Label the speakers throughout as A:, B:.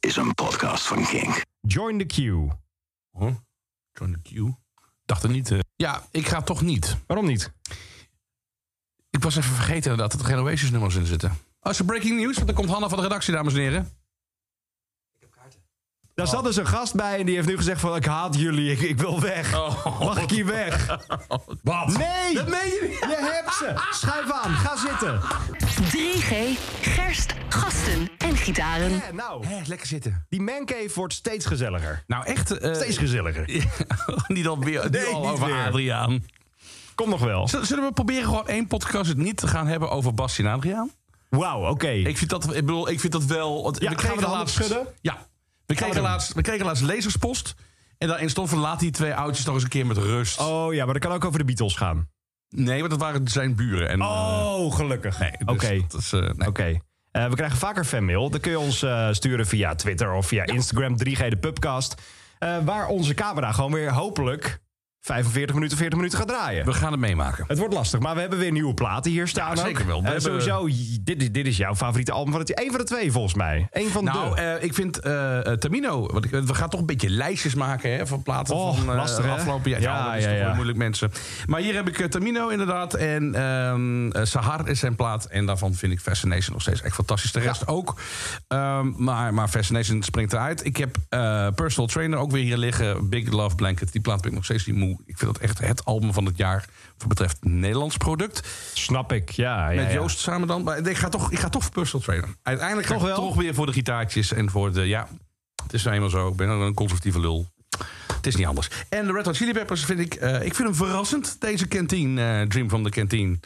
A: is een podcast van Kink.
B: Join the queue.
C: Huh? Join the queue? Dacht het niet. eh. Ja, ik ga toch niet.
B: Waarom niet?
C: Ik was even vergeten dat er geen Oasis nummers in zitten. Als Oh, er breaking news, want dan komt Hanna van de redactie, dames en heren.
B: Daar
C: Oh.
B: zat dus een gast bij en die heeft nu gezegd van... ik haat jullie, ik, ik wil weg.
C: Oh.
B: Mag ik hier weg?
C: Wat?
B: Nee!
C: Dat meen je niet?
B: Je hebt ze! Schuif aan, ga zitten.
D: 3G, gerst, gasten en gitaren.
B: Ja, nou,
C: Hé, lekker zitten.
B: die mancave wordt steeds gezelliger.
C: Nou echt... eh,
B: Steeds gezelliger.
C: niet alweer, nu
B: Nee,
C: al
B: niet
C: over
B: weer.
C: Adriaan.
B: Kom nog wel.
C: Z- Zullen we proberen gewoon één podcast het niet te gaan hebben over Bastien en Adriaan?
B: Wauw, oké.
C: Ik vind dat, ik bedoel, ik vind dat wel...
B: Ja,
C: want we
B: gaan we
C: kregen
B: de handen schudden?
C: Ja. We
B: we
C: kregen,
B: doen.
C: laatst, we kregen laatst lezerspost. En daarin stond van laat die twee oudjes nog eens een keer met rust.
B: Oh ja, maar dat kan ook over de Beatles gaan.
C: Nee, want dat waren zijn buren. En, eh,
B: Oh, gelukkig.
C: nee, dus
B: Oké.
C: dat is, eh, nee.
B: Oké. Eh, we krijgen vaker fanmail. Dan kun je ons eh, sturen via Twitter of via Instagram 3G de Pubcast. eh, waar onze camera gewoon weer hopelijk 45 minuten, 40 minuten gaat draaien.
C: We gaan het meemaken.
B: Het wordt lastig, maar we hebben weer nieuwe platen hier staan.
C: zeker
B: ook.
C: wel. We
B: Eh,
C: hebben-
B: Sowieso, j- dit, is- dit is jouw favoriete album van het Eén van de twee, volgens mij. Eén van
C: Nou,
B: de.
C: eh, ik vind eh, eh, Tamino. Want ik, we gaan toch een beetje lijstjes maken hè, van platen
B: Oh,
C: van eh,
B: lastig, hè?
C: afgelopen jaar.
B: Ja,
C: Ja, dat is
B: ja,
C: toch
B: ja.
C: wel moeilijk mensen. Maar hier heb ik eh, Tamino inderdaad. En ehm, eh, Sahar is zijn plaat. En daarvan vind ik Fascination nog steeds echt fantastisch. De rest ook. Ehm, maar, maar Fascination springt eruit. Ik heb eh, Personal Trainer ook weer hier liggen. Big Love Blanket. Die plaat ben ik nog steeds niet moe. Ik vind dat echt het album van het jaar. Wat betreft Nederlands product.
B: Snap ik, ja. ja,
C: Met
B: ja.
C: Joost samen dan. Maar ik ga toch, ik ga toch voor personal trainer. Uiteindelijk ga
B: Toch
C: ik
B: wel?
C: toch weer voor de gitaartjes en voor de... Ja, het is nou eenmaal zo. Ik ben een conservatieve lul. Het is niet anders. En de Red Hot Chili Peppers vind ik... eh, ik vind hem verrassend, deze kantine. eh, Dream from the Canteen.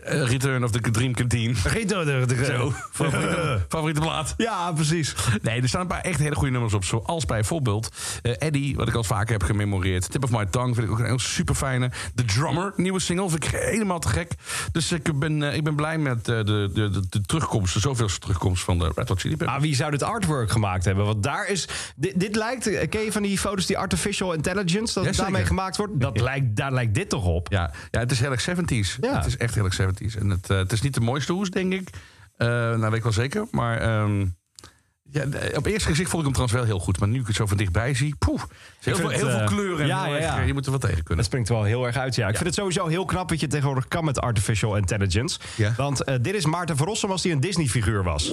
C: Eh, Return of the Dream Canteen.
B: Gito de- de-
C: Zo, favoriete, favoriete plaat.
B: Eh, Ja, precies.
C: Nee, er staan een paar echt hele goede nummers op. Zoals bijvoorbeeld eh Eddie, wat ik al vaker heb gememoreerd. Tip of My Tongue vind ik ook een heel super fijne. The Drummer, nieuwe single, vind ik helemaal te gek. Dus ik ben, eh, ik ben blij met eh, de, de, de, de terugkomst, de zoveelste terugkomst van de Red Hot Chili Peppers.
B: Maar wie zou dit artwork gemaakt hebben? Want daar is. Dit, dit lijkt. eh, Ken je van die foto's die artificial intelligence. dat
C: Ja,
B: het
C: zeker.
B: daarmee gemaakt wordt? Dat lijkt, daar lijkt dit toch op?
C: Ja, ja, het is heel erg 70s.
B: Ja.
C: Het is echt heel erg 70s. En het, eh, het is niet de mooiste hoes, denk ik. Eh nou, weet ik wel zeker. Maar ehm, ja, d- op eerste gezicht vond ik hem trouwens wel heel goed. Maar nu ik het zo van dichtbij zie, poef. Heel,
B: vind
C: veel,
B: het,
C: heel veel
B: eh,
C: kleuren. En
B: ja,
C: heel
B: ja,
C: erg,
B: ja.
C: eh, Je moet er wat tegen kunnen.
B: Dat springt er wel heel erg uit, ja. Ik vind het sowieso heel knap wat je tegenwoordig kan met artificial intelligence.
C: Ja.
B: Want eh, dit is Maarten Verrossum als hij een Disney-figuur was.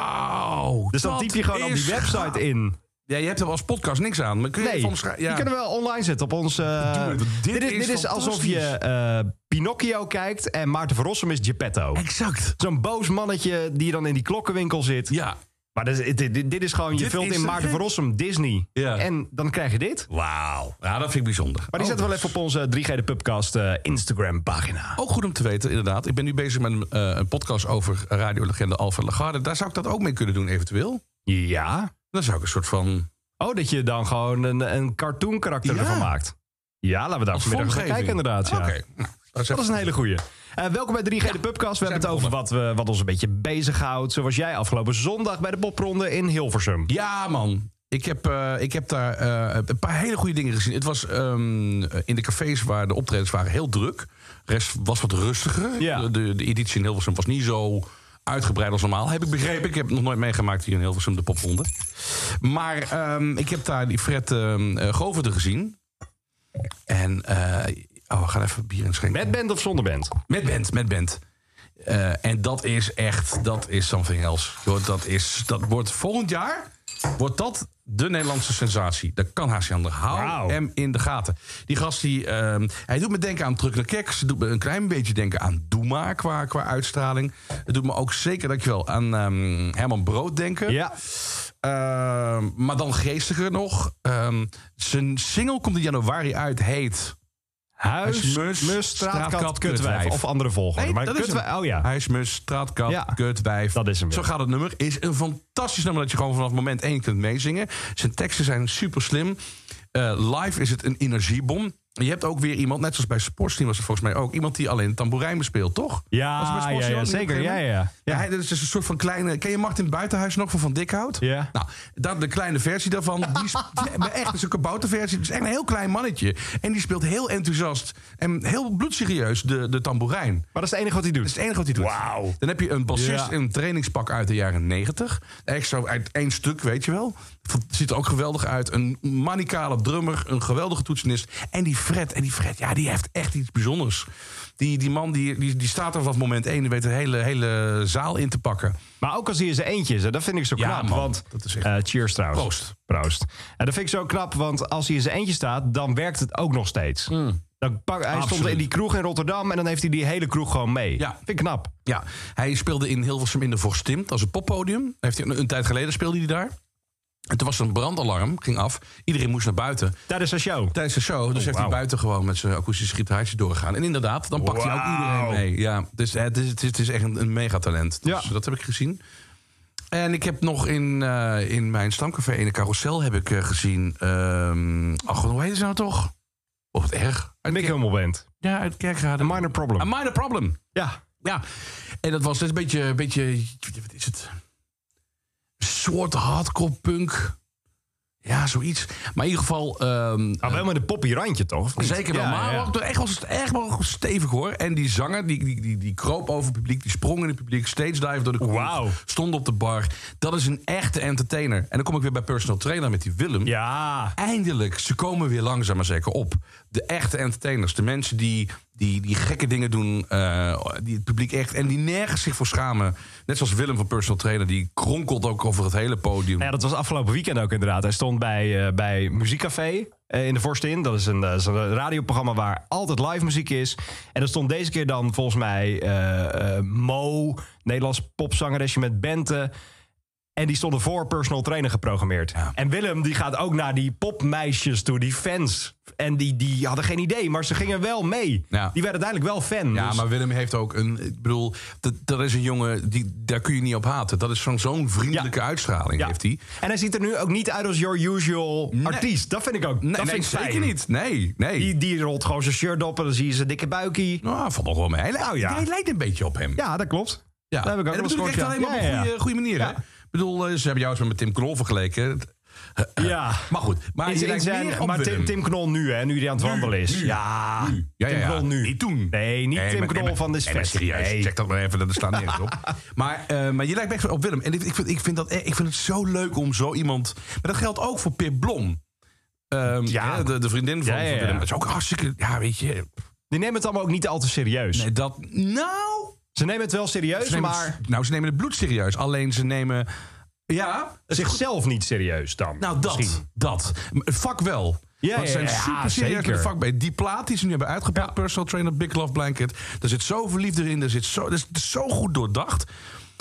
C: Wauw.
B: Dus dan
C: dat
B: typ je gewoon op
C: is
B: die website
C: gaaf.
B: in.
C: Ja, je hebt er als podcast niks aan. Maar kun je
B: Nee,
C: even omschrijven?
B: die
C: Ja.
B: kunnen we wel online zetten op ons... eh,
C: Doe het, want dit
B: dit, is,
C: is
B: dit is alsof je
C: fantastisch.
B: eh, Pinocchio kijkt en Maarten Verrossum is Geppetto.
C: Exact.
B: Zo'n boos mannetje die dan in die klokkenwinkel zit.
C: Ja.
B: Maar dit, dit- dit, dit is gewoon, je
C: Dit
B: vult
C: is
B: in
C: het,
B: Maarten
C: hè?
B: Verrossum Disney.
C: Ja. Oh.
B: En dan krijg je dit.
C: Wauw. Ja, dat vind ik bijzonder.
B: Maar die zetten we wel even op onze 3G de Pubcast eh, Instagram pagina.
C: Oh, Ook goed om te weten, inderdaad. Ik ben nu bezig met een, eh, een podcast over radiolegende Alfred Lagarde. Daar zou ik dat ook mee kunnen doen, eventueel.
B: Ja.
C: Dan zou ik een soort van...
B: Oh, dat je dan gewoon een, een cartoon karakter
C: Ja.
B: ervan maakt. Ja, laten we daar vanmiddag gaan
C: vormgeving.
B: kijken inderdaad. Ja.
C: Oké. Nou, dat is
B: Dat is
C: even-
B: een hele goeie. Eh, welkom bij 3G de Pubcast. We
C: zijn
B: hebben het over wat, we, wat ons een beetje bezighoudt. Zoals jij afgelopen zondag bij de popronde in Hilversum.
C: Ja, man. Ik heb, eh, ik heb daar eh, een paar hele goede dingen gezien. Het was ehm, in de cafés waar de optredens waren heel druk. De rest was wat rustiger.
B: Ja.
C: De, de, de editie in Hilversum was niet zo uitgebreid als normaal. Heb ik begrepen. Ik heb het nog nooit meegemaakt hier in Hilversum, de popronde. Maar ehm, ik heb daar die Fred ehm eh, Goverde gezien. En eh, oh, we gaan even bier inschenken.
B: Met band of zonder band?
C: Met band, met band. Eh, en dat is echt, dat is something else. Joh, dat, is, dat wordt volgend jaar, wordt dat de Nederlandse sensatie. Dat kan haast niet anders. Hou
B: Wauw.
C: hem in de gaten. Die gast, die, ehm, hij doet me denken aan Truck naar Keks. Het doet me een klein beetje denken aan Doema qua, qua uitstraling. Het doet me ook zeker, dankjewel, aan ehm, Herman Brood denken.
B: Ja.
C: Ehm, maar dan geestiger nog. Ehm, zijn single komt in januari uit, heet...
B: Huis,
C: Huis,
B: mus,
C: mus,
B: straatkat,
C: straatkat,
B: kutwijf.
C: kutwijf.
B: Of andere volgorde.
C: Nee, dat is
B: kutwij-
C: hem.
B: Oh ja.
C: Huismus, straatkat,
B: Ja,
C: kutwijf.
B: dat is hem, ja.
C: Zo gaat het nummer. Is een fantastisch nummer dat je gewoon vanaf moment één kunt meezingen. Zijn teksten zijn super slim. Eh, live is het een energiebom. Je hebt ook weer iemand, net zoals bij Sportsteam was het volgens mij ook... iemand die alleen tamboerijn bespeelt, toch? Was het bij
B: Ja, ja,
C: Sportsteam
B: ja
C: ook niet op een
B: zeker.
C: gegeven
B: Ja,
C: moment?
B: ja.
C: Ja,
B: ja.
C: hij- dat is dus een soort van kleine... Ken je Martin Buitenhuis nog van Van Dikhout?
B: Ja.
C: Nou, dat, de kleine versie daarvan. Die is die- maar echt, dat is een kabouterversie. Het is echt een heel klein mannetje. En die speelt heel enthousiast en heel bloedserieus de, de tamboerijn.
B: Maar dat is het enige wat hij
C: Dat
B: doet.
C: is het enige wat hij doet.
B: Wauw.
C: Dan heb je een bassist
B: Ja.
C: in een trainingspak uit de jaren 90. Echt zo uit één stuk, weet je wel. Ziet er ook geweldig uit. Een manicale drummer, een geweldige toetsenist. En die Fred, en die Fred, ja, die heeft echt iets bijzonders. Die, die man die, die, die staat er vanaf moment één en weet de hele, hele zaal in te pakken.
B: Maar ook als hij in zijn eentje is, hè, dat vind ik zo
C: Ja,
B: knap.
C: man,
B: want,
C: dat is echt-
B: eh, cheers trouwens.
C: Proost.
B: Proost. En dat vind ik zo knap, want als hij in zijn eentje staat, dan werkt het ook nog steeds. Dan pak, hij stond
C: Mm. Absoluut.
B: in die kroeg in Rotterdam en dan heeft hij die hele kroeg gewoon mee.
C: Ja.
B: Vind ik knap.
C: Ja, hij speelde in Hilversum in de Vorstim. Dat is een poppodium. Heeft hij, een, een tijd geleden speelde hij daar. En toen was er een brandalarm, ging af. Iedereen moest naar buiten.
B: Dat is een show.
C: tijdens de show. Dus heeft hij
B: Oh, wauw.
C: buiten gewoon met zijn akoestische gitaartje doorgegaan. En inderdaad, dan pakt hij ook
B: Wauw.
C: iedereen mee. Ja, dus het is, het is, het is echt een, een megatalent. Dus
B: Ja.
C: dat heb ik gezien. En ik heb nog in, eh, in mijn stamcafé in de carousel heb ik eh, gezien... ehm ach, hoe heet ze nou toch? Of het erg? Uit
B: Mick
C: Kerk-
B: Hummel bent.
C: ja, uit
B: A
C: Kerkrade.
B: minor problem.
C: A minor problem.
B: ja.
C: Ja, en dat was dus een beetje, een beetje wat is het? Een soort hardcore punk. Ja, zoiets. Maar in ieder geval... ehm,
B: Nou, wel met een poppy randje, toch? Of niet?
C: Zeker wel,
B: Ja,
C: maar
B: ja, ja.
C: ook Echt, wel, echt wel stevig hoor. En die zanger, die, die, die, die kroop over het publiek, die sprong in het publiek, stage dive door de kroeg,
B: Wauw.
C: stond op de bar. Dat is een echte entertainer. En dan kom ik weer bij personal trainer met die Willem.
B: Ja.
C: Eindelijk, ze komen weer langzaam maar zeker op. De echte entertainers, de mensen die, die, die gekke dingen doen, eh, die het publiek echt... en die nergens zich voor schamen. Net zoals Willem van personal trainer, die kronkelt ook over het hele podium.
B: Nou Ja, dat was afgelopen weekend ook inderdaad. Hij stond bij, eh, bij Muziekcafé eh, in de Vorstin. Dat is een, eh, is een radioprogramma waar altijd live muziek is. En er stond deze keer dan volgens mij eh, eh, Mo, Nederlands popzangeresje met Bente. En die stonden voor personal trainer geprogrammeerd. En Willem die gaat ook naar die popmeisjes toe, die fans. En die, die hadden geen idee, maar ze gingen wel mee.
C: Ja.
B: Die werden uiteindelijk wel fan.
C: Ja,
B: dus-
C: maar Willem heeft ook een. Ik bedoel, dat, dat is een jongen, die, daar kun je niet op haten. Dat is van zo'n vriendelijke
B: Ja.
C: uitstraling,
B: Ja.
C: heeft hij.
B: En hij ziet er nu ook niet uit als your usual artiest. Dat vind ik ook.
C: Nee,
B: dat
C: nee,
B: vind ik
C: zeker
B: fijn.
C: niet. Nee, nee.
B: Die, die rolt gewoon zijn shirt op en dan zie je zijn dikke buikie.
C: nou, valt nog wel mee. Hij,
B: Nou
C: ja.
B: ja.
C: hij lijkt een beetje op hem.
B: Ja, dat klopt.
C: Ja.
B: Daar heb ik ook
C: en dat
B: wel
C: bedoel ik
B: eens
C: echt alleen
B: gehoord,
C: maar op
B: ja.
C: een
B: Ja, ja,
C: goede, goede manier. Hè?
B: Ja.
C: Ik bedoel, eh, ze hebben jou eens met Tim Knol vergeleken.
B: Ja.
C: eh, Maar goed, maar
B: In
C: je
B: zijn-
C: lijkt
B: zijn-
C: meer op
B: maar Tim,
C: Willem.
B: Tim Knol nu, hè, nu die aan het wandelen is.
C: nu,
B: ja.
C: Nu. Ja, ja,
B: Tim
C: ja.
B: Knol nu.
C: Niet toen.
B: Nee, niet Tim
C: maar-
B: Knol
C: maar-
B: van This
C: nee, maar
B: Fest.
C: serieus,
B: Nee.
C: check dat maar even, dat staat nergens op. Maar, eh, maar je lijkt echt op Willem. En ik, ik, vind, ik, vind dat, e- ik vind het zo leuk om zo iemand... Maar dat geldt ook voor Pip Blom. Ehm,
B: Ja.
C: hè, de, de vriendin van,
B: Ja, ja,
C: van
B: ja.
C: Willem. Dat is ook hartstikke... Ja, weet je...
B: Die nemen het allemaal ook niet al te serieus.
C: Nee, dat... Nou...
B: Ze nemen het wel serieus,
C: Ze nemen,
B: maar
C: het- nou, ze nemen het bloed serieus. Alleen ze nemen... Ja, het-
B: zichzelf niet serieus dan.
C: nou dat,
B: misschien.
C: dat. Het vak wel.
B: Ja,
C: Want ze
B: ja,
C: zijn
B: ja,
C: super serieus met
B: zeker.
C: het vak bij. Die plaat die ze nu hebben uitgepakt, Personal Trainer, Big Love Blanket. Daar zit zoveel liefde in, daar zit zo, dat is zo goed doordacht.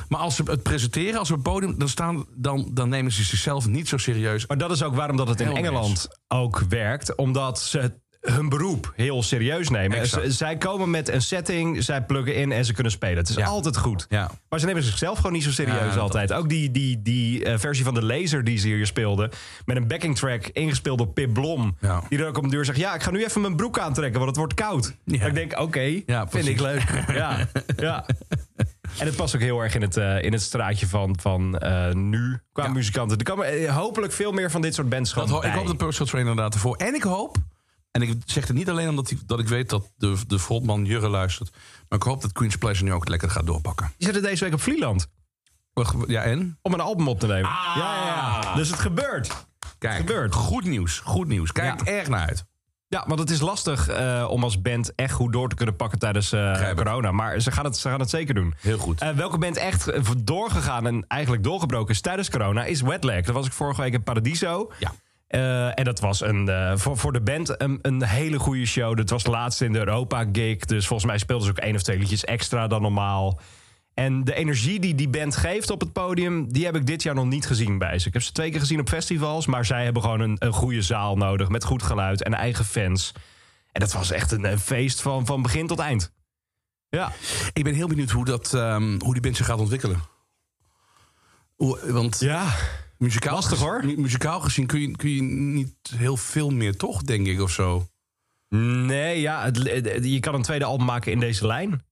C: Maar als ze het presenteren, als we op het podium dan staan... Dan, dan nemen ze zichzelf niet zo serieus.
B: Maar dat is ook waarom dat het in
C: Heel nice.
B: Engeland ook werkt. Omdat ze het- hun beroep heel serieus nemen.
C: Exact.
B: Z- zij komen met een setting, zij pluggen in en ze kunnen spelen. Het is
C: Ja.
B: altijd goed.
C: Ja.
B: Maar ze nemen zichzelf gewoon niet zo
C: Ja,
B: serieus
C: dat-
B: altijd. Ook die, die, die eh, versie van de laser die ze hier speelden. Met een backing track ingespeeld door Pip Blom.
C: Ja.
B: Die er ook op de deur zegt: Ja, ik ga nu even mijn broek aantrekken, want het wordt koud.
C: Ja.
B: En Ik denk, oké, vind
C: precies.
B: ik leuk. ja. ja. En het past ook heel erg in het, eh, in het straatje van, van eh, nu qua
C: Ja.
B: muzikanten. Er komen eh, hopelijk veel meer van dit soort bands
C: Dat
B: gewoon
C: ho- ik
B: bij.
C: hoop dat Personal Trainer inderdaad ervoor. En ik hoop, en ik zeg het niet alleen omdat ik, dat ik weet dat de, de frontman Jurre luistert... maar ik hoop dat Queen's Pleasure nu ook lekker gaat doorpakken.
B: Die zitten deze week op Vlieland
C: Wacht, Ja, en?
B: om een album op te nemen. Ja, ja, ja. Dus het gebeurt.
C: Kijk,
B: gebeurt.
C: goed nieuws, goed nieuws. Kijk
B: Ja.
C: erg naar uit.
B: Ja, want het is lastig eh, om als band echt goed door te kunnen pakken tijdens eh,
C: ik.
B: corona. Maar ze gaan, het, ze gaan het zeker doen.
C: Heel goed.
B: Eh, welke band echt eh, doorgegaan en eigenlijk doorgebroken is tijdens corona is Wetlag. Dat was ik vorige week in Paradiso.
C: Ja.
B: Eh, en dat was een, eh, voor, voor de band een, een hele goede show. Dat was laatst in de Europa-gig. Dus volgens mij speelden ze ook één of twee liedjes extra dan normaal. En de energie die die band geeft op het podium... die heb ik dit jaar nog niet gezien bij ze. Ik heb ze twee keer gezien op festivals... maar zij hebben gewoon een, een goede zaal nodig... met goed geluid en eigen fans. En dat was echt een, een feest van, van begin tot eind. Ja,
C: Ik ben heel benieuwd hoe, dat, ehm, hoe die band zich gaat ontwikkelen. Hoe- want
B: ja.
C: muzikaal,
B: lastig,
C: gezien-
B: hoor.
C: mu- muzikaal gezien kun je, kun je niet heel veel meer, toch, denk ik, of zo?
B: Nee, ja, het- het- je kan een tweede album maken in deze lijn.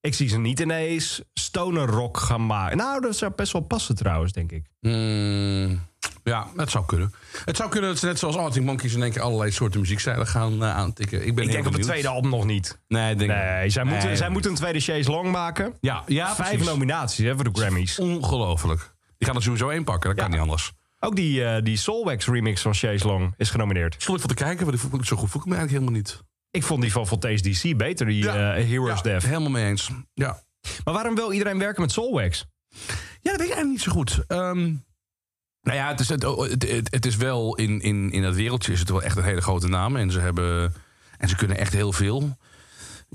B: Ik zie ze niet ineens stoner rock gaan maken. Nou, dat zou best wel passen trouwens, denk ik.
C: Mm, ja, het zou kunnen. Het zou kunnen dat ze net zoals Arctic Monkeys... in één keer allerlei soorten muziekstijlen gaan eh, aantikken. Ik,
B: Ik
C: ben heel
B: denk op het
C: benieuwd.
B: tweede album nog niet.
C: Nee, ik denk
B: Nee, zij moeten,
C: Nee.
B: zij moeten een tweede Chase Long maken.
C: Ja, ja
B: Vijf
C: precies.
B: nominaties hè, voor de Grammys.
C: Ongelooflijk. Die gaan er sowieso één pakken, dat
B: Ja.
C: kan niet anders.
B: Ook die, eh, die Solwax remix van Chase Long is genomineerd.
C: Stond ik van te kijken, want ik voel, zo goed voel ik me eigenlijk helemaal niet.
B: Ik vond die van Voltage DC beter, die
C: Ja.
B: eh, Heroes
C: ja,
B: Death.
C: helemaal mee eens. Ja.
B: Maar waarom wil iedereen werken met Solwax?
C: Ja, dat weet ik eigenlijk niet zo goed. Ehm, nou ja, het is, het, het, het- het is wel in, in, in dat wereldje is het wel echt een hele grote naam. En ze, hebben, en ze kunnen echt heel veel.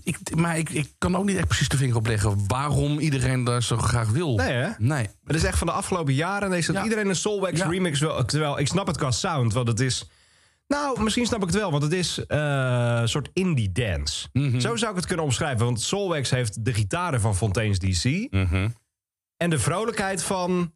C: Ik, maar ik, ik kan ook niet echt precies de vinger op leggen waarom iedereen daar zo graag wil.
B: Nee, hè?
C: Nee.
B: Het is echt van de afgelopen jaren. Is dat
C: Ja.
B: iedereen een Soulwax
C: Ja.
B: remix wil. Terwijl ik snap het qua sound, want het is. Nou, misschien snap ik het wel, want het is eh, een soort indie dance.
C: Mhm.
B: Zo zou ik het kunnen omschrijven. Want Soulwax heeft de gitaren van Fontaine's DC.
C: Mhm.
B: En de vrolijkheid van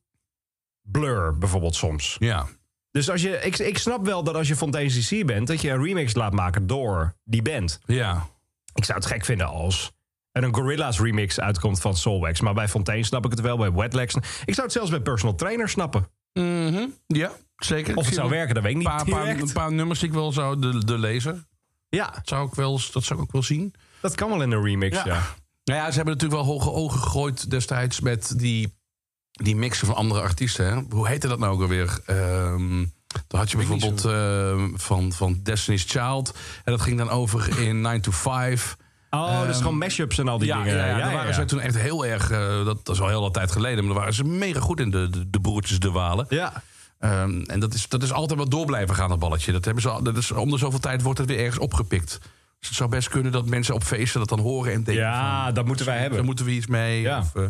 B: Blur bijvoorbeeld soms.
C: Ja.
B: Dus als je, ik, ik snap wel dat als je Fontaine's DC bent, dat je een remix laat maken door die band.
C: Ja.
B: Ik zou het gek vinden als er een Gorillaz remix uitkomt van Soulwax. Maar bij Fontaine snap ik het wel, bij Wetlegs. Ik zou het zelfs bij Personal Trainer snappen.
C: Mhm. Ja, zeker.
B: Of het zou werken, dat weet ik niet
C: Een paar, paar,
B: direct.
C: een paar nummers die ik wel zou... De, de lezer
B: Ja,
C: zou ik wel, dat zou ik ook wel zien.
B: dat kan wel in een remix, ja.
C: Nou ja, ze hebben natuurlijk wel hoge ogen gegooid destijds met die, die mixen van andere artiesten. Hè? Hoe heette dat nou ook alweer? Ehm dan had je bijvoorbeeld ehm, van, van Destiny's Child. En dat ging dan over in 9 to 5.
B: Oh, dat is gewoon mashups en al die dingen.
C: ja, daar waren ze toen echt heel erg... eh, dat, dat is al heel wat tijd geleden, maar daar waren ze mega goed in, de, de, de broertjes De Walen.
B: Ja.
C: Ehm, en dat is, dat is altijd wel door blijven gaan, dat balletje. Dat hebben ze, al- dat is, om de zoveel tijd wordt het weer ergens opgepikt. Dus het zou best kunnen dat mensen op feesten dat dan horen en denken... van,
B: ja, dat moeten wij
C: daar
B: hebben.
C: moeten we iets mee.
B: Ja.
C: Of, eh,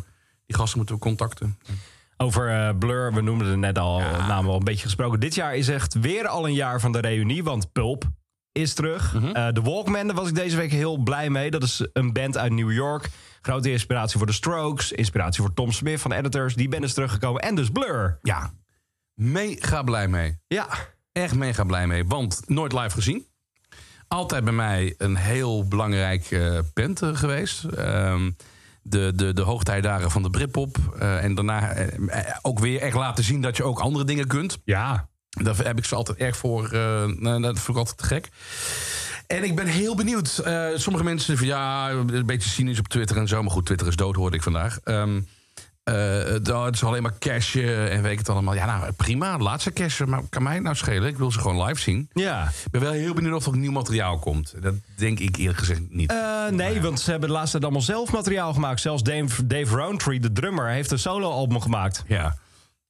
C: die gasten moeten we contacten.
B: Over eh, Blur, we noemden het net al, namen al een beetje gesproken. Dit jaar is echt weer al een jaar van de reunie, want Pulp is terug. Eh, de Walkman, daar was ik deze week heel blij mee. Dat is een band uit New York. Grote inspiratie voor de Strokes, inspiratie voor Tom Smith van Editors. Die band is teruggekomen en dus Blur.
C: Ja. Mega blij mee.
B: Ja,
C: Echt mega blij mee. Want nooit live gezien. Altijd bij mij een heel belangrijk eh band eh, geweest. Ehm, de, de, de hoogtijdagen van de Britpop. eh, en daarna eh, eh, ook weer echt laten zien dat je ook andere dingen kunt.
B: ja.
C: Daar heb ik ze altijd erg voor. eh, nou, dat vond ik altijd te gek. En ik ben heel benieuwd. Eh, sommige mensen van ja, een beetje cynisch op Twitter en zo. Maar goed, Twitter is dood, hoorde ik vandaag. Ehm eh, dat het is alleen maar cashen en weet ik het allemaal. Ja, nou prima, laat ze cashen. Maar kan mij het nou schelen? Ik wil ze gewoon live zien.
B: ja.
C: Ik ben wel heel benieuwd of er nieuw materiaal komt. Dat denk ik eerlijk gezegd niet.
B: Eh, nee, want ze hebben de laatste tijd allemaal zelf materiaal gemaakt. Zelfs Dave, Dave Rowntree, de drummer, heeft een solo-album gemaakt.
C: ja,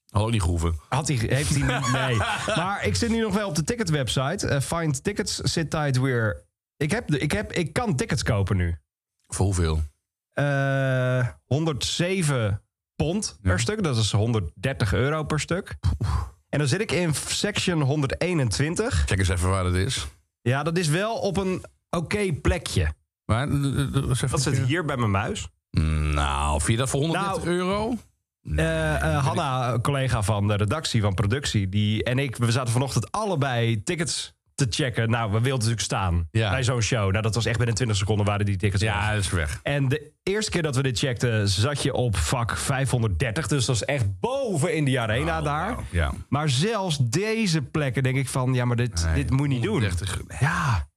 C: had ook niet gehoeven.
B: Had hij, heeft hij niet? Nee. Maar ik zit nu nog wel op de ticketwebsite. Eh, find tickets zit tijd weer. Ik, heb de, ik, heb, ik kan tickets kopen nu.
C: Voor hoeveel?
B: Eh, 107 pond per stuk. Dat is 130 euro per stuk. En dan zit ik in section 121.
C: Check eens even waar dat is.
B: Ja, dat is wel op een oké plekje.
C: Maar, eh,
B: Dat zit hier bij mijn muis.
C: Nou, vind je dat voor 130
B: Nou,
C: euro?
B: Eh, eh, Hanna, een collega van de redactie van productie, die en ik, we zaten vanochtend allebei tickets te checken. Nou, we wilden natuurlijk staan
C: Ja.
B: bij zo'n show. Nou, dat was echt binnen 20 seconden waren die tickets. weg.
C: Ja, dat is weg.
B: En de eerste keer dat we dit checkten, zat je op vak 530. Dus dat is echt boven in de arena daar.
C: Nou, ja.
B: Maar zelfs deze plekken denk ik van, ja, maar dit,
C: Nee,
B: dit moet je niet doen.
C: 130.
B: Ja,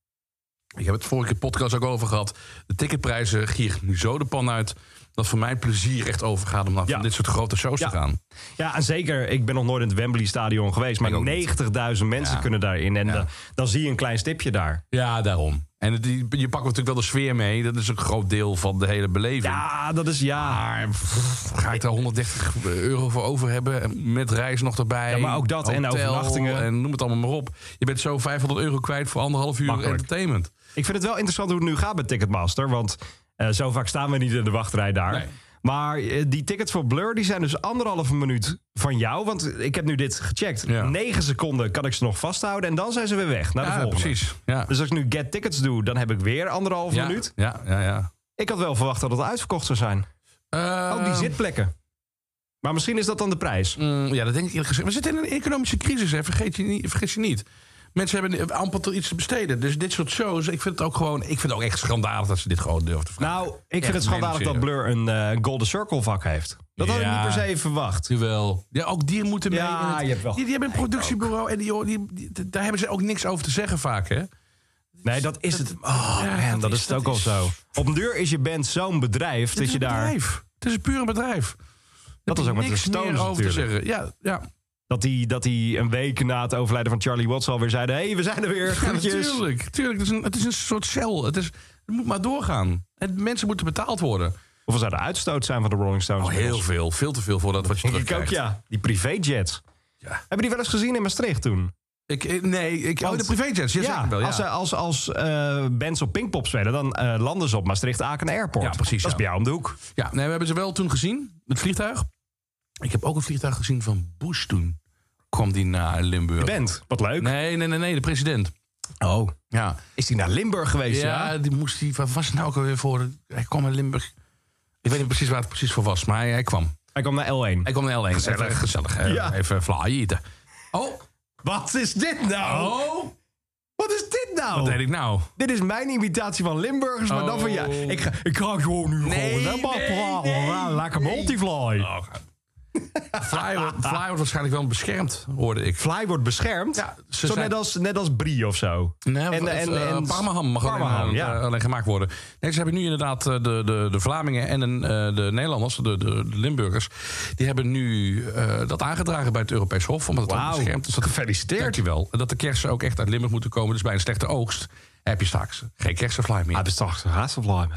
C: Ik heb het vorige podcast ook over gehad. De ticketprijzen gieren nu zo de pan uit. Dat voor mij plezier echt overgaat om naar
B: Ja.
C: van dit soort grote shows
B: Ja.
C: te gaan.
B: Ja, en zeker. Ik ben nog nooit in het Wembley Stadion geweest. Maar
C: Ik ook
B: 90.000 mensen
C: Ja.
B: kunnen daarin. En
C: Ja.
B: eh, dan zie je een klein stipje daar.
C: Ja, daarom. En het- je pakt natuurlijk wel de sfeer mee. Dat is een groot deel van de hele beleving.
B: Ja, dat is ja.
C: Maar pff, ga ik daar 130 euro voor over hebben? En Met reis nog erbij.
B: Ja, maar ook dat en
C: hotel
B: overnachtingen.
C: En noem het allemaal maar op. Je bent zo 500 euro kwijt voor anderhalf uur
B: Makkelijk.
C: entertainment.
B: Ik vind het wel interessant hoe het nu gaat met Ticketmaster. Want eh, zo vaak staan we niet in de wachtrij daar.
C: Nee.
B: Maar eh, die tickets voor Blur die zijn dus anderhalve minuut van jou. Want ik heb nu dit gecheckt.
C: Ja.
B: Negen seconden kan ik ze nog vasthouden. En dan zijn ze weer weg naar de
C: Ja,
B: volgende.
C: precies. Ja.
B: Dus als ik nu get tickets doe, dan heb ik weer anderhalf minuut.
C: Ja, ja, ja.
B: Ik had wel verwacht dat het uitverkocht zou zijn.
C: ja.
B: Ook Oh, die zitplekken. Maar misschien is dat dan de prijs.
C: Mm, ja, dat denk ik eerlijk gezegd. We zitten in een economische crisis, hè. Vergeet, je niet, vergis je niet. Mensen hebben amper tot iets te besteden. Dus dit soort shows, ik vind het ook gewoon... Ik vind het ook echt schandalig dat ze dit gewoon durven te vragen.
B: Nou, ik vind
C: Echt,
B: het schandalig
C: meen ik
B: dat Blur een eh, Golden Circle vak heeft. Dat had ik
C: Ja.
B: niet per se even verwacht.
C: Jawel. Ja, ook die moeten mee.
B: Ja,
C: in het-
B: je hebt wel
C: die, die hebben een productiebureau en die, die, die- daar hebben ze ook niks over te zeggen vaak, hè?
B: Nee, dat is het. Oh
C: ja,
B: man,
C: dat
B: dat
C: is-
B: is het
C: dat
B: ook al
C: is-
B: zo. Op een deur is je band zo'n bedrijf dat je
C: Het is een
B: daar...
C: bedrijf. Het is een puur bedrijf.
B: Dat was ook met de
C: niks
B: Stones
C: meer over te
B: natuurlijk.
C: zeggen. Ja, ja.
B: Dat die, dat die een week na het overlijden van Charlie Watts alweer zeiden... hé, hey, we zijn er weer,
C: Ja,
B: groetjes.
C: natuurlijk. natuurlijk. Het, is een, het is een soort cel. Het, is, het moet maar doorgaan. En mensen moeten betaald worden.
B: Of we zouden uitstoot zijn van de Rolling Stones.
C: Oh, heel veel. Veel te veel voor dat wat je
B: Ik ook,
C: terugkrijgt.
B: ja. Die privéjets.
C: Ja.
B: Hebben die wel eens gezien in Maastricht toen?
C: Ik, eh, nee, ik, oh,
B: Want-
C: de privéjets. Ja, eh, zeker wel. Ja.
B: als, ze- als, als eh, bands op Pinkpop spelen, dan eh, landen ze op Maastricht-Aken Airport.
C: Ja, precies,
B: Dat is
C: ja.
B: bij jou om de hoek.
C: Ja, nee, we hebben ze wel toen gezien, het vliegtuig. Ik heb ook een vliegtuig gezien van Bush toen. Kwam die naar Limburg.
B: Band, wat leuk.
C: Nee, nee, nee, nee, de president.
B: Oh.
C: Ja,
B: Is die naar Limburg geweest, ja?
C: ja, die moest die, wat was het nou ook alweer voor? Hij kwam naar Limburg. Ik weet niet precies waar het precies voor was, maar hij, hij kwam.
B: Hij kwam naar L1.
C: Hij kwam naar L1. Gezellig. Even, gezellig. eh,
B: Ja.
C: Even fly eten. Oh,
B: Wat is dit nou?
C: oh,
B: Wat is dit
C: wat
B: nou?
C: deed ik nou?
B: Dit is mijn imitatie van Limburgers, maar dan van ja.
C: Oh.
B: Ik ga, ik ga gewoon nu
C: Nee,
B: gewoon helemaal
C: nee,
B: praten.
C: nee,
B: Lekker
C: nee.
B: multifly.
C: Oh, ga- fly, wordt- fly wordt waarschijnlijk wel beschermd, hoorde ik.
B: Fly wordt beschermd.
C: Ja, ze
B: zo
C: zijn-
B: net, als, net als Brie of zo.
C: Nee, en, en, Parmaham mag
B: Parmaham,
C: alleen,
B: ja.
C: eh, alleen gemaakt worden. Nee, ze hebben nu inderdaad eh, de, de, de Vlamingen en een, eh, de Nederlanders, de, de, de Limburgers... die hebben nu eh, dat aangedragen bij het Europees Hof, omdat het
B: Wauw, Dus
C: allemaal beschermd is. Dat
B: gefeliciteerd.
C: je wel. En dat de kersen ook echt uit Limburg moeten komen. Dus bij een slechte oogst heb je straks geen kersenvlaai meer.
B: Hij bestaat Hasselfly.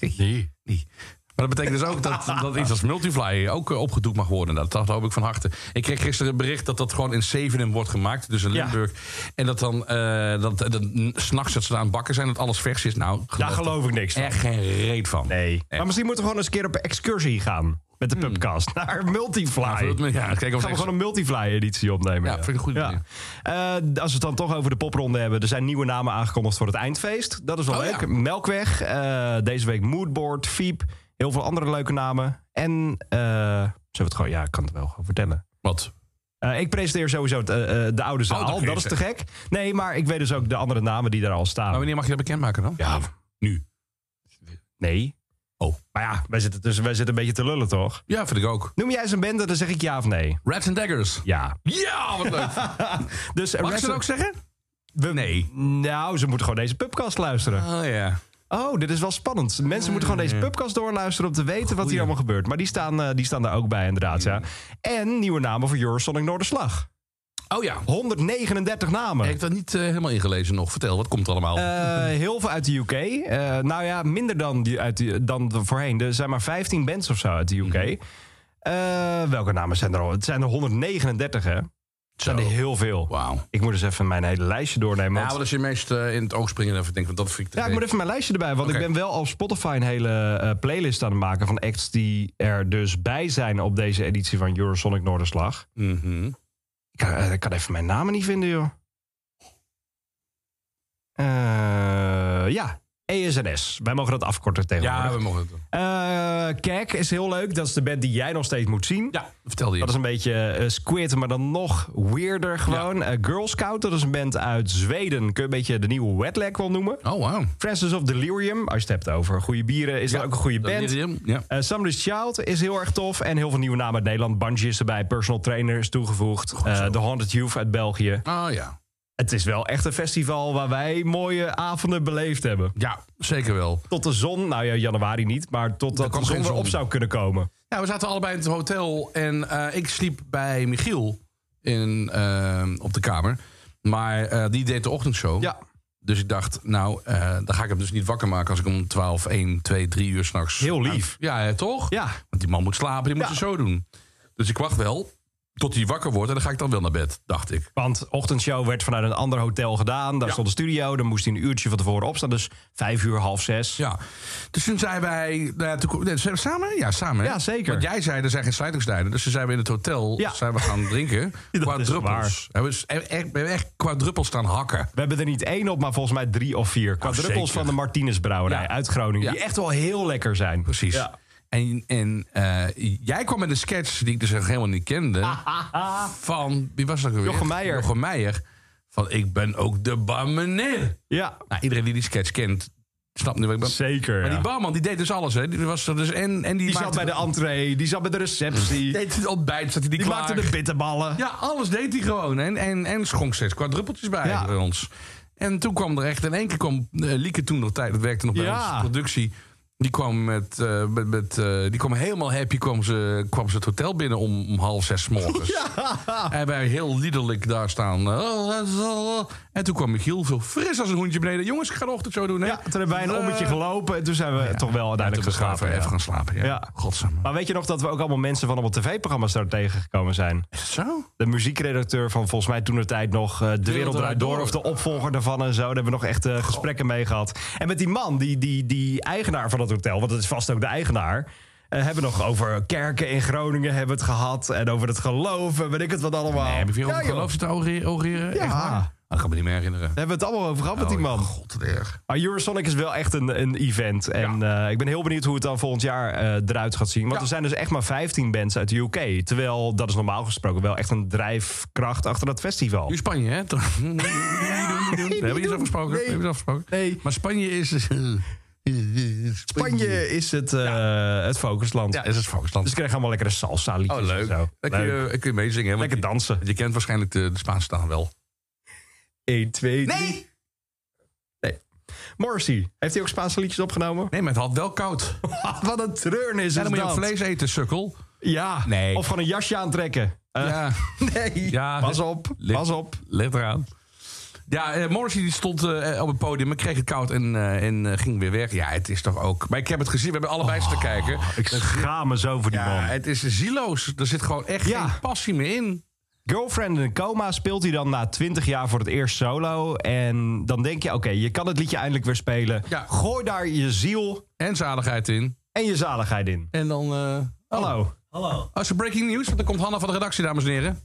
B: Nee.
C: Nee. Maar dat betekent dus ook dat, dat iets als Multifly ook eh, opgedoekt mag worden. Dat, dat hoop ik van harte. Ik kreeg gisteren een bericht dat dat gewoon in Zevenum wordt gemaakt. Dus in
B: Ja.
C: Limburg. En dat dan eh, dat, dat, s'nachts dat ze daar aan het bakken zijn. Dat alles vers is. Nou,
B: Daar
C: geloof
B: geloof ik niks
C: er
B: van.
C: echt geen reet van.
B: Nee. Maar misschien moeten we gewoon eens een keer op excursie gaan. Met de podcast. Naar Multifly.
C: Hmm. Ja, vult me- ja, kijk,
B: Gaan
C: of
B: we
C: het
B: gewoon een Multifly-editie opnemen.
C: Ja, vind ik een goede idee.
B: Eh, als we het dan toch over de popronde hebben. Er zijn nieuwe namen aangekondigd voor het eindfeest. Dat is wel
C: Oh,
B: leuk.
C: ja.
B: Melkweg. eh, deze week Moodboard. Fiep. Heel veel andere leuke namen. En... eh zullen we het gewoon... Ja, ik kan het wel gewoon vertellen.
C: Wat?
B: Eh, ik presenteer sowieso het, eh, eh, de oude zaal.
C: Oh, dat
B: dat,
C: kun je
B: is te gek. Nee, maar ik weet dus ook de andere namen die daar al staan.
C: Maar wanneer mag je dat bekendmaken dan?
B: Ja,
C: Nu.
B: nee.
C: Oh.
B: Maar ja, wij zitten, dus, wij zitten een beetje te lullen, toch?
C: Ja, vind ik ook.
B: Noem jij eens een bende, dan zeg ik ja of nee.
C: Rats and Daggers.
B: Ja.
C: Ja, wat leuk.
B: Dus
C: Mag ik ze dat ook zeggen?
B: nee. Nou, ze moeten gewoon deze pubcast luisteren.
C: Oh ja.
B: Oh, dit is wel spannend. Mensen moeten gewoon deze pubcast doorluisteren om te weten wat hier allemaal gebeurt. Maar die staan, eh, die staan daar ook bij, inderdaad. Ja. En nieuwe namen voor Eurosonic Noorderslag.
C: Oh ja.
B: 139 namen.
C: Ik heb dat niet eh, helemaal ingelezen nog. Vertel, wat komt er allemaal?
B: Eh, heel veel uit de UK. Eh, nou ja, minder dan, die, uit die- dan de voorheen. Er zijn maar 15 bands of zo uit de UK. Eh, welke namen zijn er al? Het zijn er 139, hè? Het zijn er
C: Zo.
B: heel veel.
C: Wauw.
B: Ik moet dus even mijn hele lijstje doornemen.
C: Ja,
B: want-
C: wat als je meest eh, in het oog springen even denkt, want dat vind ik te
B: Ja, ik
C: gek.
B: moet even mijn lijstje erbij. Want
C: Oké.
B: ik ben wel op Spotify een hele eh, playlist aan het maken... van acts die er dus bij zijn op deze editie van Eurosonic Noorderslag.
C: Mhm.
B: Ik kan, eh, ik kan even mijn namen niet vinden, joh. Eh, ja, ESNS. Wij mogen dat afkorten tegenwoordig.
C: Ja, we mogen het doen.
B: Eh Kijk is heel leuk. Dat is de band die jij nog steeds moet zien.
C: Ja, vertelde je.
B: Dat is een beetje eh, Squid, maar dan nog weirder gewoon. Eh, Girl Scout, dat is een band uit Zweden. Kun je een beetje de nieuwe Wetlag wel noemen.
C: Oh, wauw.
B: Francis of Delirium, als je het hebt over goede bieren, is dat ook een goede
C: Dat
B: band.
C: Miriam, Ja.
B: Eh Somebody's Child is heel erg tof. En heel veel nieuwe namen uit Nederland. Bungie is erbij, Personal Trainer is toegevoegd. Eh, The Haunted Youth uit België.
C: Oh ja.
B: Het is wel echt een festival waar wij mooie avonden beleefd hebben.
C: Ja, zeker wel.
B: Tot de zon, nou ja, januari niet, maar totdat
C: kwam
B: de zon
C: geen zon.
B: erop zou kunnen komen.
C: Ja, we zaten allebei in het hotel en eh, ik sliep bij Michiel in, eh, op de kamer. Maar eh, die deed de ochtendshow.
B: Ja.
C: Dus ik dacht, nou, eh, dan ga ik hem dus niet wakker maken als ik om 12, 1, 2, 3 uur s'nachts.
B: Heel lief.
C: Ja, hè, toch?
B: Ja.
C: Want die man moet slapen, die moet
B: Ja.
C: het zo doen. Dus ik wacht wel tot hij wakker wordt en dan ga ik dan wel naar bed, dacht ik.
B: Want ochtendshow werd vanuit een ander hotel gedaan. Daar
C: Ja.
B: stond een studio. Dan moest hij een uurtje van tevoren opstaan. Dus vijf uur, half zes.
C: Ja, dus toen zijn wij... Nou ja, toen, ko- nee, zijn we samen? Ja, samen. hè?
B: Ja, zeker.
C: Want jij zei, er zijn geen sluitingstijden. Dus toen zijn we in het hotel dus
B: Ja.
C: zijn we gaan drinken.
B: is
C: quadruppels.
B: waar.
C: Hebben we, dus echt, echt- we hebben echt quadruppels staan hakken.
B: We hebben er niet één op, maar volgens mij drie of vier. Quadruppels
C: zeker.
B: van de Martinez Brouwerij
C: Ja.
B: uit Groningen.
C: Ja.
B: Die echt wel heel lekker zijn.
C: Precies.
B: Ja.
C: En, en eh, jij kwam met een sketch die ik dus echt helemaal niet kende. van, wie was dat ook weer?
B: Jochem Meijer.
C: Jochem Meijer. Van ik ben ook de barmeneer.
B: Ja,
C: Nou, iedereen die die sketch kent, snapt nu wat ik ben.
B: zeker.
C: Maar
B: ja.
C: die barman die deed dus alles. Hè. Die, was er dus en, en die
B: Die zat
C: maakte-
B: bij de entree, die zat bij de receptie.
C: deed het ontbijt, zat hij die,
B: Die
C: klaar.
B: maakte de bitterballen.
C: Ja, alles deed hij gewoon. En, en, en schonk zes kwadruppeltjes bij,
B: Ja.
C: bij ons. En toen kwam er echt... In één keer kwam eh, Lieke toen nog tijd... Dat werkte nog bij
B: Ja.
C: ons productie. Die kwam, met, eh, met, met, eh, die kwam helemaal happy. Kwam ze, kwam ze het hotel binnen om, om half zes 's morgens. En wij heel liederlijk daar staan. Oh, En toen kwam Michiel zo fris als een hoentje beneden. Jongens, ik ga de ochtend zo doen. Hè?
B: Ja, toen hebben wij een
C: Eh,
B: ommetje gelopen en toen zijn we toch wel
C: Toen
B: uiteindelijk
C: gaan we
B: geslapen.
C: even
B: ja.
C: gaan slapen. Ja.
B: Ja.
C: Godsamme.
B: Maar weet je nog dat we ook allemaal mensen van allemaal tv-programma's daar tegengekomen zijn?
C: Is het zo?
B: De muziekredacteur van volgens mij toen de tijd nog eh, De Wereld Draait Door... of de opvolger daarvan en zo. Daar hebben we nog echt eh, gesprekken mee gehad. En met die man, die, die, die eigenaar van dat hotel... want dat is vast ook de eigenaar... eh, hebben we nog over kerken in Groningen hebben we het gehad... en over het geloof en weet ik het wat allemaal.
C: Nee, Eh, heb ik weer
B: Ja,
C: over
B: joh.
C: geloof zitten oreren? oreren?
B: Ja.
C: Echt waar? Dat kan me niet meer herinneren.
B: Daar hebben we het allemaal over gehad met die
C: Oh,
B: man.
C: God, wat erg.
B: Maar Eurosonic is wel echt een, een event. En eh, ik ben heel benieuwd hoe het dan volgend jaar eh, eruit gaat zien. Want
C: Ja.
B: er zijn dus echt maar 15 bands uit de UK. Terwijl, dat is normaal gesproken wel echt een drijfkracht achter dat festival.
C: Nu Spanje, hè? Toch? Nee, niet doen, niet doen. Hebben we iets afgesproken?
B: Nee.
C: Hebben we iets afgesproken?
B: Nee.
C: Maar Spanje is...
B: Spanje is het, eh, het focusland.
C: Ja, is het
B: Dus
C: focusland.
B: ze krijgen allemaal lekkere salsa liedjes
C: Oh, leuk.
B: en zo.
C: Dan kun je, dan kun je meezingen. hè, want
B: Lekker dansen.
C: Je, je kent waarschijnlijk de, de Spaanse taal wel.
B: 1, 2, 3. Nee. Morrissey, heeft hij ook Spaanse liedjes opgenomen?
C: Nee, maar het had wel koud. En
B: Wat een treurnis is
C: dan moet je ook
B: dat.
C: vlees eten, sukkel.
B: Ja,
C: Nee.
B: of gewoon een jasje aantrekken. Eh,
C: ja,
B: Nee,
C: Ja,
B: pas
C: dit-
B: op,
C: dit-
B: pas op.
C: let eraan. Ja, eh, Morrissey die stond eh, op het podium, maar kreeg het koud en, eh, en eh, ging weer weg. Ja, het is toch ook... Maar ik heb het gezien, we hebben allebei zitten kijken.
B: Ik schaam me zo voor die
C: Ja,
B: man.
C: het is zieloos. Er zit gewoon echt
B: Ja.
C: geen passie meer in.
B: Girlfriend in a Coma speelt hij dan na 20 jaar voor het eerst solo. En dan denk je, oké, je kan het liedje eindelijk weer spelen.
C: Ja.
B: Gooi daar je ziel
C: En zaligheid in.
B: en je zaligheid in.
C: En dan... eh,
B: Hallo.
A: Hallo.
C: Als er breaking news, want dan komt Hanna van de redactie, dames en heren.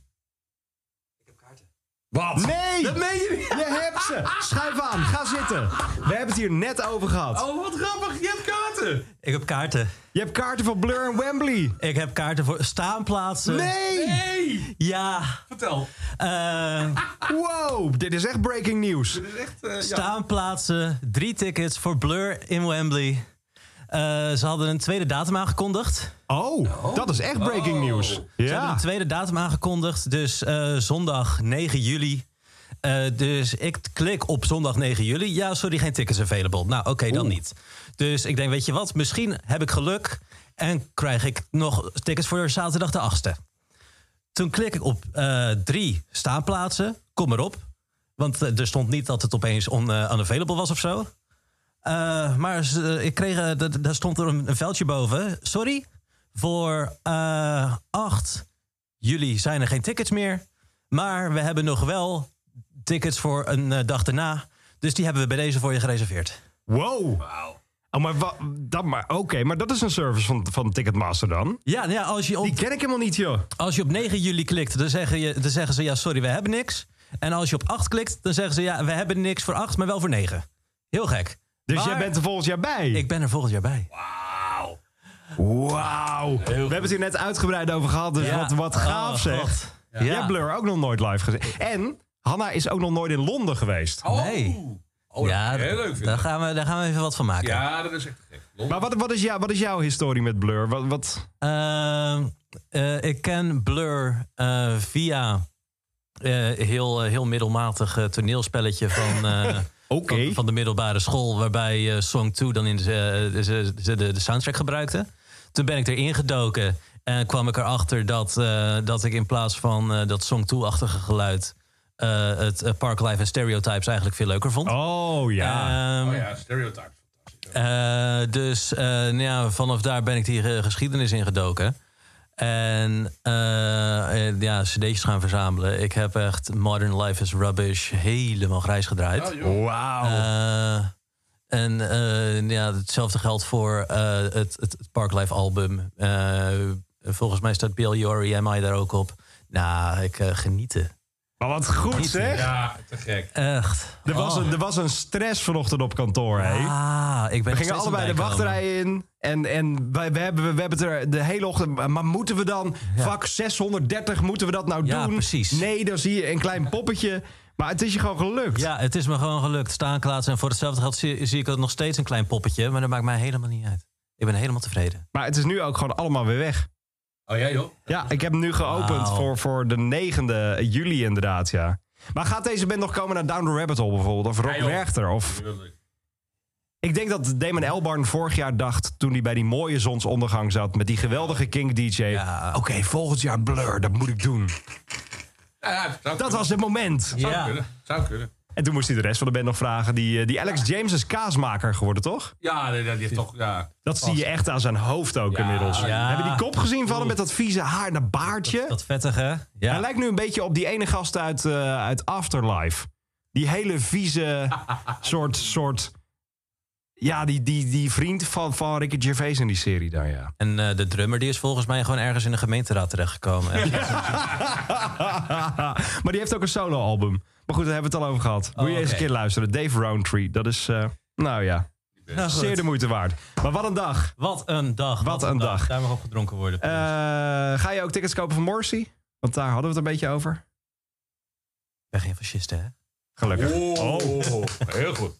C: Wat?
B: Nee!
C: Dat meen je niet?
B: Je hebt ze! Schuif aan, ga zitten. We hebben het hier net over gehad.
C: Oh, wat grappig. Je hebt kaarten.
A: Ik heb kaarten.
B: Je hebt kaarten van Blur en Wembley.
A: Ik heb kaarten voor staanplaatsen.
B: Nee!
C: Hey,
A: Ja.
C: vertel.
A: eh,
B: Wow, dit is echt breaking news.
C: Dit is echt... eh, ja.
A: staanplaatsen. Drie tickets voor Blur in Wembley. Eh, ze hadden een tweede datum aangekondigd.
B: Oh, dat is echt breaking news.
A: Ze hebben
B: Ja.
A: een tweede datum aangekondigd, dus eh, zondag 9 juli. Eh, dus ik klik op zondag 9 juli. Ja, sorry, geen tickets available. Nou, oké, dan niet. Dus ik denk, weet je wat, misschien heb ik geluk... en krijg ik nog tickets voor zaterdag de 8e. Toen klik ik op eh, drie staanplaatsen. Kom maar op. Want eh, er stond niet dat het opeens on, eh, unavailable was of zo. Eh, maar ze- ik kreeg, eh, d- d- daar stond er een, een veldje boven. Sorry, voor eh 8 juli zijn er geen tickets meer. Maar we hebben nog wel tickets voor een eh, dag daarna. Dus die hebben we bij deze voor je gereserveerd.
B: Wow. Oh, maar, wa- dat maar oké, maar dat is een service van, van Ticketmaster dan?
A: Ja, nou ja als, je
B: Die
A: op,
B: ken ik helemaal niet, joh.
A: als je op 9 juli klikt, dan zeggen, je, dan zeggen ze ja, sorry, we hebben niks. En als je op 8 klikt, dan zeggen ze ja, we hebben niks voor 8, maar wel voor 9. Heel gek.
B: Dus
A: Maar
B: jij bent er volgend jaar bij?
A: Ik ben er volgend jaar bij.
B: Wauw. We hebben het hier net uitgebreid over gehad, dus
A: Ja.
B: wat, wat gaaf
A: Oh,
B: zeg.
A: God.
B: Ja. Jij
A: Ja.
B: hebt Blur ook nog nooit live gezien. En Hanna is ook nog nooit in Londen geweest.
C: Oh.
A: Nee.
C: Oh,
A: ja,
C: dat is heel leuk. vind
A: daar,
C: ik.
A: gaan we, daar gaan we even wat van maken.
C: Ja, dat is echt gek.
B: Maar wat, wat, is jou, wat is jouw historie met Blur? Wat, wat...
A: Ehm, eh, ik ken Blur eh, via eh, heel, eh, heel middelmatig eh, toneelspelletje van, eh,
B: Oké.
A: van, van de middelbare school. Waarbij eh, Song 2 dan in de, eh, ze- ze de, de soundtrack gebruikte. Toen ben ik erin gedoken en kwam ik erachter dat, eh, dat ik in plaats van eh, dat Song 2-achtige geluid. eh, het eh, Parklife en Stereotypes eigenlijk veel leuker vond.
B: Oh ja.
A: Ehm,
C: Oh ja, stereotype.
A: eh, dus eh, nou ja, vanaf daar ben ik die eh, geschiedenis in gedoken. En eh, eh, ja, cd'tjes gaan verzamelen. Ik heb echt Modern Life is Rubbish helemaal grijs gedraaid.
C: Oh, joh.
B: Wauw.
A: Eh, en eh, ja, hetzelfde geldt voor eh, het, het, het Parklife album. Eh, volgens mij staat Bill Yori en mij daar ook op. Nou, ik eh, genieten.
B: maar wat goed zeg.
C: Ja, te gek.
A: Echt.
B: Er, was
A: Oh.
B: een, er was een stress vanochtend op kantoor, hé.
A: Ah, ik ben
B: We gingen allebei de wachtrij in. En, en wij, we, hebben, we hebben het er de hele ochtend. Maar moeten we dan vak 630, moeten we dat nou
A: Ja,
B: doen?
A: precies.
B: Nee, dan zie je een klein poppetje. Maar het is je gewoon gelukt.
A: Ja, het is me gewoon gelukt. Staan klaatsen. En voor hetzelfde geld zie, zie ik het nog steeds een klein poppetje. Maar dat maakt mij helemaal niet uit. Ik ben helemaal tevreden.
B: Maar het is nu ook gewoon allemaal weer weg.
C: Oh ja, joh.
B: Ja, ik heb hem nu geopend
A: Wauw.
B: voor, voor de 9e juli inderdaad, ja. Maar gaat deze band nog komen naar Down the Rabbit Hole bijvoorbeeld? Of Rob
C: Ja, joh.
B: Werchter? Of... Ik denk dat Damon Elbarn vorig jaar dacht, toen hij bij die mooie zonsondergang zat... met die geweldige King-dj. Oké, volgend jaar Blur, dat moet ik doen. Dat was het moment.
C: Zou
A: Ja.
C: kunnen. Zou kunnen.
B: En toen moest hij de rest van de band nog vragen. Die, eh, die Alex James is kaasmaker geworden, toch?
C: Ja, nee, nee, die heeft toch... Ja.
B: Dat zie je echt aan zijn hoofd ook inmiddels.
A: ja.
B: Hebben die kop gezien van hem met dat vieze haar en dat baardje?
A: Dat vettige.
B: Hij
A: Ja.
B: lijkt nu een beetje op die ene gast uit, eh, uit Afterlife. Die hele vieze soort, soort... Ja, die, die, die vriend van, van Ricky Gervais in die serie dan, ja.
A: En eh, de drummer die is volgens mij gewoon ergens in de gemeenteraad terechtgekomen. Echt.
B: maar die heeft ook een soloalbum. Maar goed, daar hebben we het al over gehad. Moet je eens een
A: Oh, oké.
B: keer luisteren. Dave Rowntree, dat is... eh, nou ja,
A: Nou, goed.
B: zeer de moeite waard. Maar wat een dag.
A: Wat een dag.
B: Wat een dag.
A: Daar mag op gedronken worden.
B: Eh, ga je ook tickets kopen voor Morrissey? Want daar hadden we het een beetje over.
A: ik ben geen fascist, hè?
B: Gelukkig.
C: Oh, heel goed. Heel goed.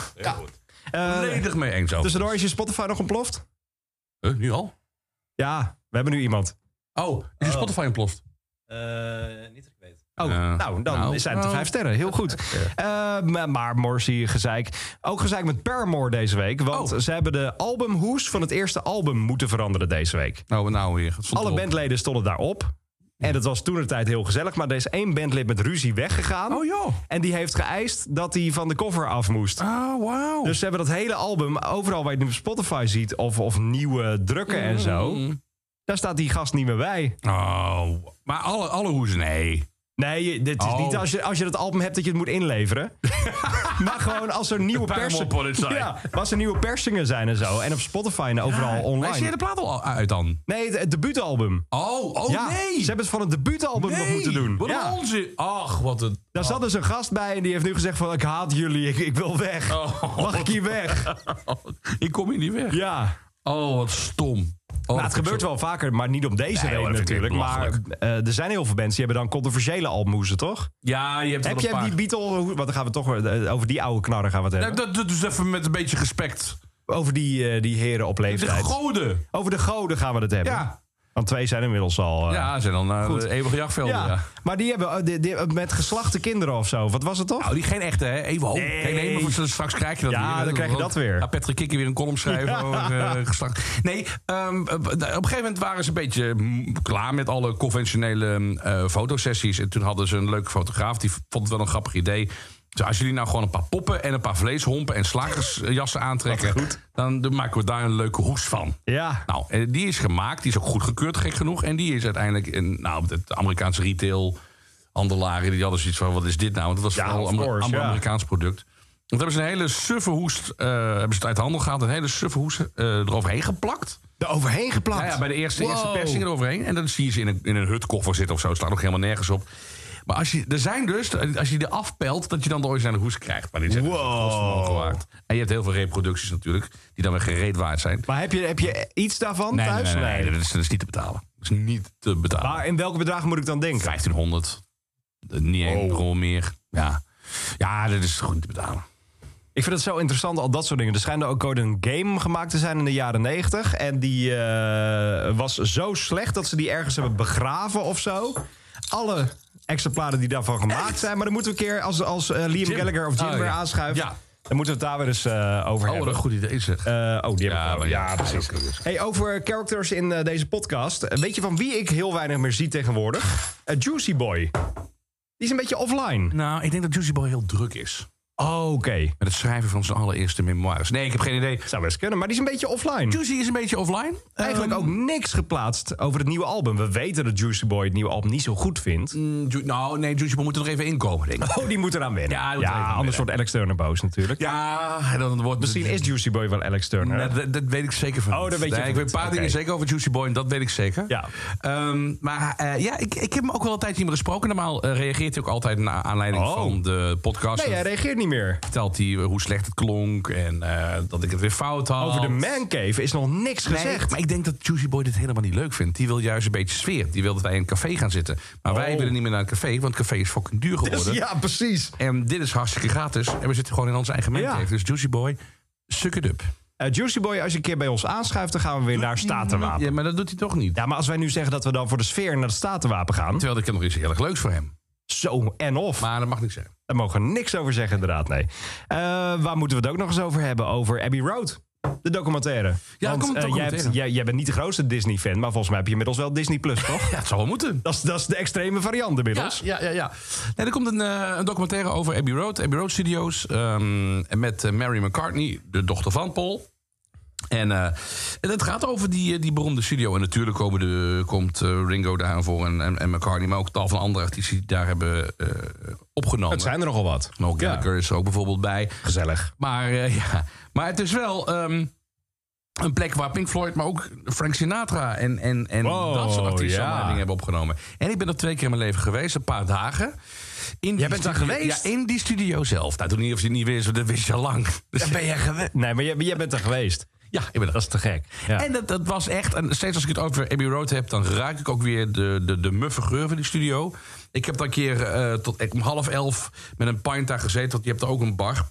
B: Eh,
C: Volledig mee eens over.
B: tussendoor is je Spotify nog ontploft?
C: Huh, nu al?
B: Ja, we hebben nu iemand.
C: Oh, is je Spotify ontploft?
A: niet dat ik weet.
B: Oh,
C: Eh,
B: nou, dan
C: nou.
B: zijn het de
C: Nou.
B: vijf sterren. Heel goed. Eh, maar- maar Morrissey, gezeik. Ook gezeik met Paramore deze week. Want
C: Oh.
B: ze hebben de albumhoes van het eerste album moeten veranderen deze week.
C: Nou, nou weer. Het stond
B: Alle
C: erop.
B: bandleden stonden daarop. En dat was toen de tijd heel gezellig. Maar er is één bandlid met ruzie weggegaan.
C: Oh joh.
B: En die heeft geëist dat hij van de cover af moest.
C: Oh, wauw.
B: Dus ze hebben dat hele album, overal waar je het op Spotify ziet, of, of nieuwe drukken en zo.
C: Mm.
B: Daar staat die gast niet meer bij.
C: Oh, maar alle, alle hoezen, nee.
B: Nee, je- dit is
C: Oh.
B: niet als je, als je dat album hebt dat je het moet inleveren. maar gewoon als er nieuwe
C: Bij hem
B: persingen
C: op, wat het zijn.
B: ja, als er nieuwe persingen zijn en zo. En op Spotify en overal
C: Maar is
B: online.
C: de plaat al uit dan?
B: Nee, het, het debuutalbum.
C: Oh, oh
B: ja,
C: nee.
B: ze hebben het van het debuutalbum nog
C: Nee,
B: moeten doen.
C: Wat een
B: Ja,
C: onzin. Ach, wat een...
B: daar zat dus een gast bij en die heeft nu gezegd van... ik haat jullie, ik, ik wil weg.
C: Oh.
B: Mag ik hier weg?
C: Ik kom hier niet weg.
B: Ja.
C: Oh, wat stom. Oh,
B: Nou, het
C: dat vind ik
B: gebeurt
C: zo-
B: wel vaker, maar niet om deze
C: Nee, hoor,
B: reden
C: dat vind ik
B: natuurlijk. Maar eh, er zijn heel veel mensen die hebben dan controversiële almoezen, toch?
C: Ja, je hebt wel
B: Heb
C: een
B: jij die
C: paar...
B: Beatle... hoe- Want dan gaan we toch weer, eh, over die oude knarren gaan we het
C: Nou,
B: hebben.
C: dat, dat dus even met een beetje respect.
B: Over die, eh, die heren op
C: De
B: leeftijd.
C: goden.
B: over de goden gaan we het hebben.
C: Ja.
B: Want twee zijn inmiddels al... eh,
C: Ja, ze zijn dan naar de eeuwige jachtvelden.
B: ja.
C: ja.
B: Maar die hebben eh, die- die- met geslachte kinderen of zo. Wat was het toch?
C: Nou, die geen echte, hè? Even hoop.
B: Nee.
C: Geen nee, maar straks krijg je dat
B: Ja,
C: weer.
B: dan krijg je dat weer.
C: Gaat Patrick Kikker weer een column schrijven over eh, geslacht. Nee, ehm, op op een gegeven moment waren ze een beetje mm, klaar met alle conventionele eh, fotosessies. En toen hadden ze een leuke fotograaf, die vond het wel een grappig idee. Dus als jullie nou gewoon een paar poppen en een paar vleeshompen en slagersjassen aantrekken... dan dan maken we daar een leuke hoes van.
B: Ja.
C: Nou, eh, die is gemaakt, die is ook goedgekeurd, gek genoeg. En die is uiteindelijk, in, nou, het Amerikaanse retail, handelaren, die hadden zoiets van, wat is dit nou? Want het was
B: Ja,
C: vooral
B: of
C: een
B: course, ja.
C: Amerikaans product. Want hebben ze een hele suffe hoest, eh, hebben ze het uit de handel gehaald, een hele suffe hoest eh, eroverheen geplakt.
B: Er overheen geplakt.
C: Ja, ja, bij de eerste,
B: Wow.
C: eerste persing eroverheen. En dan zie je ze in een, in een hutkoffer zitten of zo. Het staat nog helemaal nergens op. Maar als je, er zijn dus, als je die afpelt, dat je dan de originele hoes krijgt. Maar dit is echt
B: Wow.
C: een godsvermogen waard. En je hebt heel veel reproducties natuurlijk, die dan weer gereed waard zijn.
B: Maar heb je, heb je iets daarvan
C: Nee,
B: thuis?
C: nee, nee, nee, dat, is, dat is niet te betalen. Dat is niet te betalen.
B: Maar in welke bedragen moet ik dan denken?
C: 1500. Eh, Niet één rol meer. Ja. ja, dat is goed te betalen.
B: Ik vind het zo interessant, al dat soort dingen. Er schijnt ook ooit een game gemaakt te zijn in de jaren 90 En die eh, was zo slecht dat ze die ergens hebben begraven of zo. Alle exemplaren die daarvan gemaakt zijn. Maar dan moeten we een keer, als, als eh, Liam
C: Jim.
B: Gallagher of Jim
C: Oh,
B: weer
C: ja.
B: aanschuift...
C: Ja.
B: dan moeten we het daar weer eens eh, over
C: Oh, wat
B: hebben.
C: een goed idee zeg. dus.
B: Eh, oh, die hebben we
C: maar
B: gewoon. ja, precies. Hey, over characters in eh, deze podcast. Eh, Weet je van wie ik heel weinig meer zie tegenwoordig? Eh, Juicy Boy. Die is een beetje offline.
C: Nou, ik denk dat Juicy Boy heel druk is. Oh,
B: Oké.
C: Met het schrijven van zijn allereerste memoires. Nee, ik heb geen idee.
B: Zou best kunnen, maar die is een beetje offline.
C: Juicy is een beetje offline.
B: Eigenlijk
C: Ehm,
B: ook niks geplaatst over het nieuwe album. We weten dat Juicy Boy het nieuwe album niet zo goed vindt.
C: mm, Ju- nou, nee, Juicy Boy moet er nog even inkomen, denk ik.
B: Oh, die moet eraan wennen.
C: Ja, die moet eraan
B: ja
C: wennen.
B: anders wordt Alex Turner boos natuurlijk.
C: Ja, dan wordt
B: Misschien is Juicy Boy wel Alex Turner.
C: Nee, dat, dat weet ik zeker van.
B: Oh, dat
C: niet.
B: weet je
C: Nee,
B: van
C: Ik weet een
B: niet.
C: paar
B: Oké.
C: dingen zeker over Juicy Boy, en dat weet ik zeker.
B: Ja.
C: Ehm, maar eh, ja, ik, ik heb hem ook wel een tijdje niet meer gesproken. Normaal eh, reageert hij ook altijd naar aanleiding
B: Oh.
C: van de podcast.
B: nee, hij reageert niet meer.
C: vertelt hij eh, hoe slecht het klonk en eh, dat ik het weer fout had.
B: Over de man cave is nog niks
C: Nee,
B: gezegd.
C: maar ik denk dat Juicy Boy dit helemaal niet leuk vindt. Die wil juist een beetje sfeer. Die wil dat wij in een café gaan zitten. Maar wij
B: Oh. Dus
C: willen niet meer naar een café, want het café is fucking duur geworden.
B: ja, precies.
C: En dit is hartstikke gratis. En we zitten gewoon in onze eigen
B: Ja.
C: mancave. Dus Juicy Boy, suck it up.
B: Eh, Juicy Boy, als je een keer bij ons aanschuift, dan gaan we weer naar Statenwapen.
C: Ja, maar dat doet hij toch niet.
B: Ja, maar als wij nu zeggen dat we dan voor de sfeer naar het Statenwapen gaan.
C: Terwijl ik heb nog iets heel erg leuks voor hem.
B: Zo en of.
C: Maar dat mag niet zeggen.
B: Daar mogen we niks over zeggen, inderdaad. Nee. Eh, waar moeten we het ook nog eens over hebben? Over Abbey Road. De documentaire.
C: Ja,
B: Want
C: er komt een
B: eh, jij,
C: documentaire.
B: hebt- jij, jij bent niet de grootste Disney-fan, maar volgens mij heb je inmiddels wel Disney Plus, toch?
C: Ja, het zal wel moeten.
B: dat, is, dat is de extreme variant inmiddels.
C: Ja, ja, ja. ja. Nee, er komt een, eh, een documentaire over Abbey Road, Abbey Road Studios. ehm, en met eh, Mary McCartney, de dochter van Paul. En eh, en het gaat over die, eh, die beroemde studio. En natuurlijk komen de, komt eh, Ringo daarvoor en, en, en McCartney. Maar ook tal van andere artiesten die daar hebben eh, opgenomen.
B: Het zijn er nogal wat.
C: Noel Gallagher is er ook bijvoorbeeld bij.
B: Gezellig.
C: Maar, eh, ja. maar het is wel ehm, een plek waar Pink Floyd, maar ook Frank Sinatra en, en, en
B: Wow,
C: dat soort artiesten
B: Oh, ja.
C: allemaal dingen hebben opgenomen. En ik ben er twee keer in mijn leven geweest, een paar dagen. In
B: Jij bent daar geweest?
C: Ja, in die studio zelf. Nou, toen niet of je het niet wist, want dat wist je al lang. Dus,
B: Ben jij geweest? Nee, maar jij, jij bent er geweest.
C: ja, ik ben er.
B: Dat is te gek. Ja.
C: En dat, dat was echt, en steeds als ik het over Abbey Road heb... dan ruik ik ook weer de, de, de muffe geur van die studio. Ik heb daar een keer eh, tot om half elf met een pint daar gezeten... want je hebt daar ook een bar.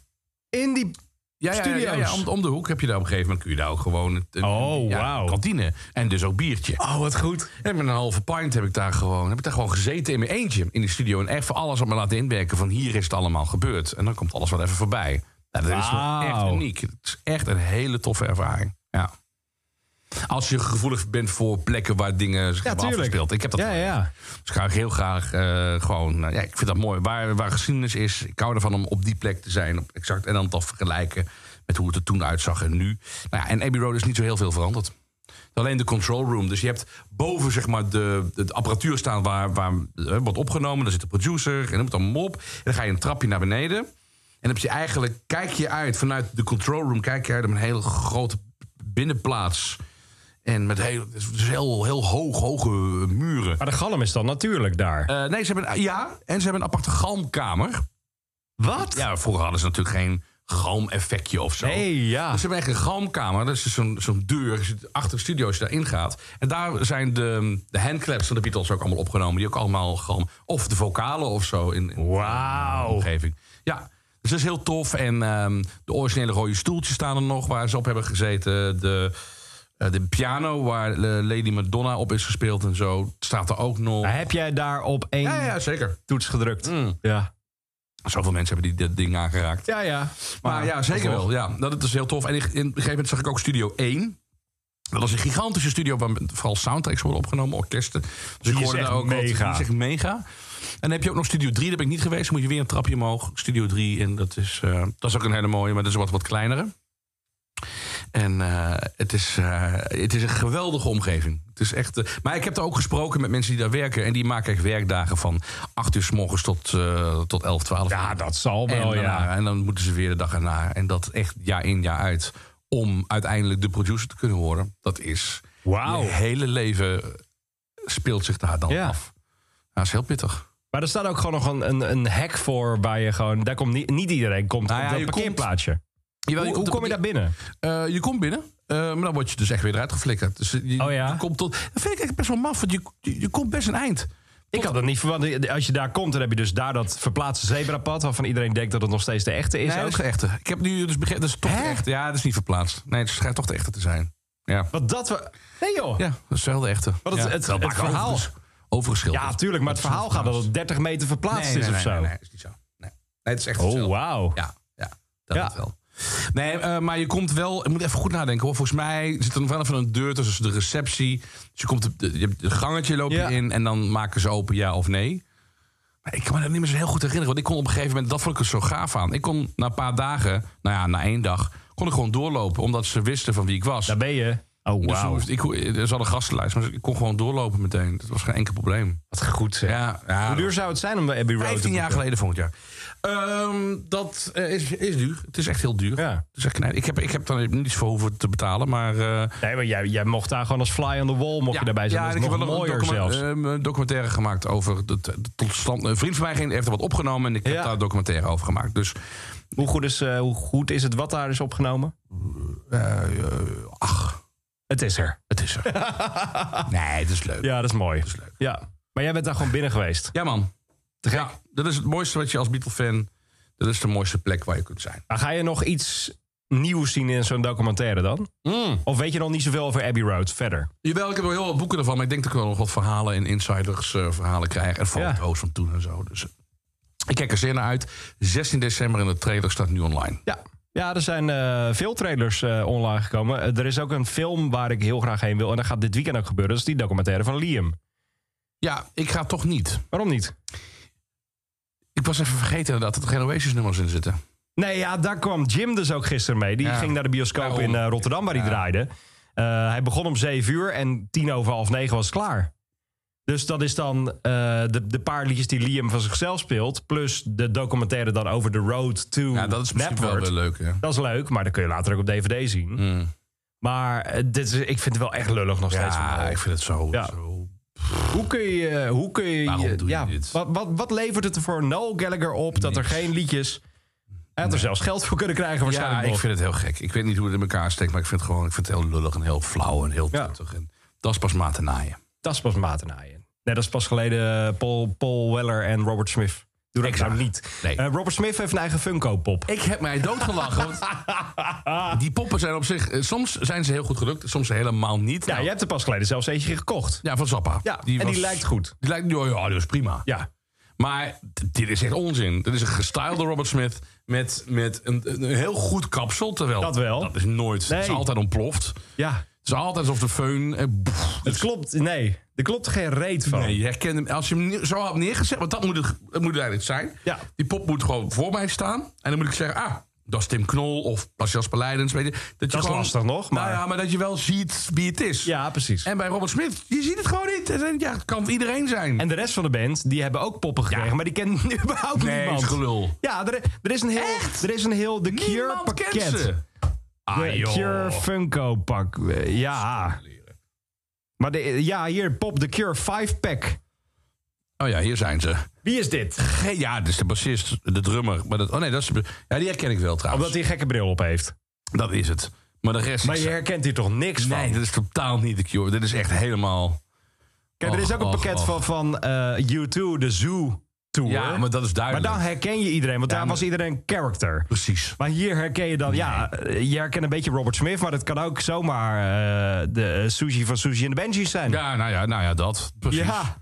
B: in die...
C: Ja, ja, ja, ja,
B: Studio's.
C: ja, om, om de hoek heb je daar op een gegeven moment kun je daar ook gewoon een, een-
B: Oh,
C: ja,
B: wauw.
C: een kantine en dus ook biertje.
B: Oh, wat goed.
C: En met een halve pint heb ik daar gewoon, heb ik daar gewoon gezeten in mijn eentje in de studio en echt voor alles op me laten inwerken van hier is het allemaal gebeurd en dan komt alles wel even voorbij. Nou, dat is wel echt
B: Wauw.
C: uniek. Het is echt een hele toffe ervaring. Ja. Als je gevoelig bent voor plekken waar dingen zich
B: Ja,
C: hebben
B: tuurlijk.
C: afgespeeld. Ik heb dat
B: Ja, ja, ja.
C: dus ik ga heel graag eh, gewoon... nou ja, ik vind dat mooi. Waar, waar geschiedenis is, ik hou ervan om op die plek te zijn. Op exact, en dan dat vergelijken met hoe het er toen uitzag en nu. Nou ja, en Abbey Road is niet zo heel veel veranderd. Alleen de control room. Dus je hebt boven zeg maar, de, de apparatuur staan waar, waar eh, wordt opgenomen. Daar zit de producer en dan moet dan mop. En dan ga je een trapje naar beneden. En dan heb je eigenlijk, kijk je uit vanuit de control room... kijk je uit op een hele grote binnenplaats... En met heel, dus heel, heel hoog, hoge muren.
B: Maar de galm is dan natuurlijk daar.
C: Eh, nee, ze hebben, een- ja, en ze hebben een aparte galmkamer.
B: wat?
C: Ja, vroeger hadden ze natuurlijk geen galmeffectje of zo.
B: Nee, ja.
C: Dus ze hebben echt een galmkamer. Dat is dus zo'n zo'n deur die zit achter de studio als je daarin gaat. En daar zijn de, de handclaps van de Beatles ook allemaal opgenomen. Die ook allemaal galm... Of de vocalen of zo in, in
B: Wauw.
C: de omgeving. Ja, dus dat is heel tof. En ehm, de originele rode stoeltjes staan er nog waar ze op hebben gezeten. De, eh, de piano waar eh, Lady Madonna op is gespeeld en zo staat er ook nog.
B: Maar Heb jij daar op één
C: Ja, Mm. ja, zeker.
B: toets gedrukt? Ja.
C: Zoveel mensen hebben die dat ding aangeraakt.
B: Ja, ja.
C: Maar, ja, zeker
B: alsnog.
C: wel. Ja, Nou, dat is heel tof. En ik- in, op een gegeven moment zag ik ook Studio 1. Dat was een gigantische studio waar vooral soundtracks worden opgenomen, orkesten. Dus ik
B: is
C: hoorde
B: echt
C: daar ook wat-
B: mega.
C: die is echt mega. En dan heb je ook nog Studio 3, daar ben ik niet geweest. Dan moet je weer een trapje omhoog. Studio 3, en dat is, eh, dat is ook een hele mooie, maar dat is wat, wat kleinere. En eh, het, is, eh, het is een geweldige omgeving. Het is echt, eh, maar ik heb daar ook gesproken met mensen die daar werken. En die maken echt werkdagen van 8 uur s morgens tot, eh, tot 11, 12
B: Ja,
C: uur.
B: dat zal wel,
C: en, daarna-
B: ja.
C: en dan moeten ze weer de dag erna. En dat echt jaar in, jaar uit. Om uiteindelijk de producer te kunnen worden. Dat is...
B: Wauw.
C: Je hele leven speelt zich daar dan
B: Ja.
C: af. Nou, dat is heel pittig.
B: Maar er staat ook gewoon nog een, een, een hek voor waar je gewoon... Daar komt niet, niet iedereen komt
C: Nou ja,
B: op
C: je
B: dat
C: komt-
B: parkeerplaatsje.
C: Jawel,
B: hoe,
C: komt
B: hoe
C: op-
B: kom je daar binnen?
C: Eh, je komt binnen, eh, maar dan word je dus echt weer eruit geflikkerd. Dus je,
B: Oh ja?
C: je komt tot, dat vind ik echt best wel maf, want je, je, je komt best een eind.
B: Ik had dat niet verwacht. Als je daar komt, dan heb je dus daar dat verplaatste zebrapad... waarvan iedereen denkt dat het nog steeds de echte is.
C: nee,
B: ook.
C: dat is de echte. Ik heb nu dus begrepen, dat is toch de echte. Ja, dat is niet verplaatst. Nee, het schijnt toch de echte te zijn. Ja,
B: Wat dat we... Nee joh.
C: ja dat is wel de echte.
B: Wat het-
C: ja.
B: het-
C: Wel
B: het
C: vaak
B: verhaal.
C: overigens Overgeschilderd.
B: Ja, tuurlijk. Maar het verhaal gaat dat het 30 meter verplaatst
C: nee,
B: is
C: nee,
B: of
C: nee,
B: zo.
C: Nee, nee, is niet zo. Nee, nee het is echt
B: Oh,
C: hetzelfde.
B: wauw.
C: Ja, ja dat
B: Ja.
C: het wel. Nee, eh, maar je komt wel... Ik moet even goed nadenken hoor. Volgens mij zit er nog wel even een deur tussen de receptie. Dus je komt... op de- je hebt het gangetje loop je
B: Ja.
C: in en dan maken ze open ja of nee. Maar ik kan me dat niet meer zo heel goed herinneren. Want ik kon op een gegeven moment... Dat vond ik er zo gaaf aan. Ik kon na een paar dagen... Nou ja, na één dag... Kon ik gewoon doorlopen. Omdat ze wisten van wie ik was.
B: Daar ben je. Oh,
C: Dus toen
B: wauw.
C: hoefde ik, er zat een gastenlijst, maar ik kon gewoon doorlopen meteen. Dat was geen enkel probleem.
B: Wat goed zeg.
C: Ja, ja
B: Hoe duur zou het zijn om de Abbey Road te
C: 15 jaar
B: boeken?
C: geleden volgend jaar. Ehm, dat eh, is, is duur. Het is echt heel duur.
B: Ja.
C: Het is echt knijp. ik, heb, ik heb daar niets voor hoeven te betalen, maar... eh,
B: Nee, maar jij, jij mocht daar gewoon als fly on the wall mocht je daarbij zijn. dat
C: en
B: is
C: ik
B: nog
C: heb wel
B: mooier
C: document-
B: zelfs.
C: ehm, een documentaire gemaakt over de, de tot stand. Een vriend van mij ging- heeft er wat opgenomen en ik heb
B: Ja.
C: daar een documentaire over gemaakt. Dus
B: hoe, goed is, eh, hoe goed is het wat daar is opgenomen?
C: eh, eh, ach,
B: Het is er.
C: het is er. nee, het is leuk. Ja,
B: Ja, dat is mooi.
C: is leuk.
B: Ja. Maar jij bent daar gewoon binnen geweest.
C: man.
B: Te gek.
C: Ja, dat is het mooiste wat je als Beatle-fan. Dat is de mooiste plek waar je kunt zijn.
B: Maar Ah, ga je nog iets nieuws zien in zo'n documentaire dan? Of weet je nog niet zoveel over Abbey Road verder?
C: Jawel, ik heb wel heel wat boeken ervan, maar ik denk dat ik wel nog wat verhalen en insiders eh, verhalen krijg. En
B: Ja.
C: foto's van toen en zo. Dus eh, ik kijk er zeer naar uit. 16 december en de trailer staat nu online.
B: Ja. Ja, er zijn eh, veel trailers eh, online gekomen. Eh, er is ook een film waar ik heel graag heen wil. En dat gaat dit weekend ook gebeuren. Dat is die documentaire van Liam.
C: Ja, ik ga toch niet.
B: Waarom niet?
C: Ik was even vergeten inderdaad dat er geen Oasis-nummers in zitten.
B: Nee, ja, daar kwam Jim dus ook gisteren mee. Die
C: Ja.
B: ging naar de bioscoop
C: Daarom.
B: in eh, Rotterdam waar hij draaide. Eh, hij begon om zeven uur en tien over half negen was het klaar. Dus dat is dan eh, de, de paar liedjes die Liam van zichzelf speelt... plus de documentaire dan over The Road to
C: Ja, dat is misschien
B: Napworth.
C: wel weer leuk, hè? Mm.
B: Dat is leuk, maar dat kun je later ook op DVD zien. Maar eh, dit is, ik vind het wel echt lullig nog steeds. van
C: Ja,
B: Paul.
C: ik vind het zo...
B: Ja.
C: zo-
B: Hoe kun je... Hoe kun je
C: Waarom doe je
B: ja,
C: dit?
B: Wat, wat, wat levert het er voor Noel Gallagher op dat er
C: Niks.
B: geen liedjes... Hij had er zelfs geld voor kunnen krijgen
C: ja
B: waarschijnlijk
C: ik
B: nog.
C: vind het heel gek. Ik weet niet hoe het in elkaar steekt, maar ik vind het gewoon ik vind het heel lullig en heel flauw en heel
B: Ja.
C: tuttig. En dat is pas maten naaien.
B: Dat is pas maternaaien. Nee, dat is pas geleden eh, Paul, Paul Weller en Robert Smith. Doe dat nou niet.
C: Nee.
B: Eh, Robert Smith heeft een eigen Funko-pop.
C: Ik heb mij doodgelachen. want die poppen zijn op zich... eh, Soms zijn ze heel goed gelukt, soms helemaal niet.
B: Ja,
C: Nou,
B: jij hebt er pas geleden zelfs eentje gekocht.
C: ja, van Zappa.
B: Ja, en die lijkt goed.
C: Die lijkt, ja, ja, dat is prima.
B: Ja.
C: Maar d- dit is echt onzin. Dit is een gestylede Robert Smith met, met een, een heel goed kapsel. Terwijl
B: Dat wel.
C: Dat is nooit. Het is
B: Nee.
C: altijd ontploft.
B: Ja,
C: Het is altijd alsof de föhn... eh, pff,
B: het klopt. Nee, er klopt geen reet van.
C: Nee, je herkent hem. Als je hem nie- zo had neergezet, want dat moet het, dat moet het eigenlijk zijn.
B: Ja.
C: Die pop moet gewoon voor mij staan. En dan moet ik zeggen, ah, dat is Tim Knol of dat is Jasper Leidens. Weet je, dat, je
B: is lastig nog, maar-
C: Nou ja, maar dat je wel ziet wie het is.
B: Ja, precies. En,
C: En bij Robert Smith, je ziet het gewoon niet. En dan, Ja, het kan iedereen zijn.
B: de rest van de band, die hebben ook poppen gekregen. Maar die kennen überhaupt
C: nee,
B: niemand.
C: is gelul.
B: Ja, er, er is een heel... Er is een heel The Cure
C: Niemand kent
B: pakket.
C: ze.
B: De
C: Ah, joh.
B: Cure Funko pak. Eh, Ja. Maar de, ja, hier, pop, The Cure 5-pack.
C: Oh ja, hier zijn ze.
B: Wie is dit?
C: Ge- ja, dit is de bassist, de drummer. Maar dat, oh nee, dat is, de- ja, die herken ik wel trouwens.
B: Omdat hij een gekke bril op heeft.
C: Dat is het. Maar de rest
B: Maar
C: is...
B: je herkent hier toch niks van?
C: Nee, dat is totaal niet de Cure. Dit is echt helemaal...
B: Kijk, er is
C: Och,
B: ook een
C: och,
B: pakket
C: och.
B: van, van eh, U2, de Zoo Tour.
C: oh. Ja, maar dat
B: Maar
C: is duidelijk.
B: dan herken je iedereen, want daar
C: maar-
B: was iedereen een character.
C: Precies.
B: Maar hier herken je dan, ja, eh, je herkent een beetje Robert Smith... maar dat kan ook zomaar eh, de Sushi van Sushi en de Benji's zijn.
C: Ja, nou ja, nou ja dat. Precies.
B: Ja.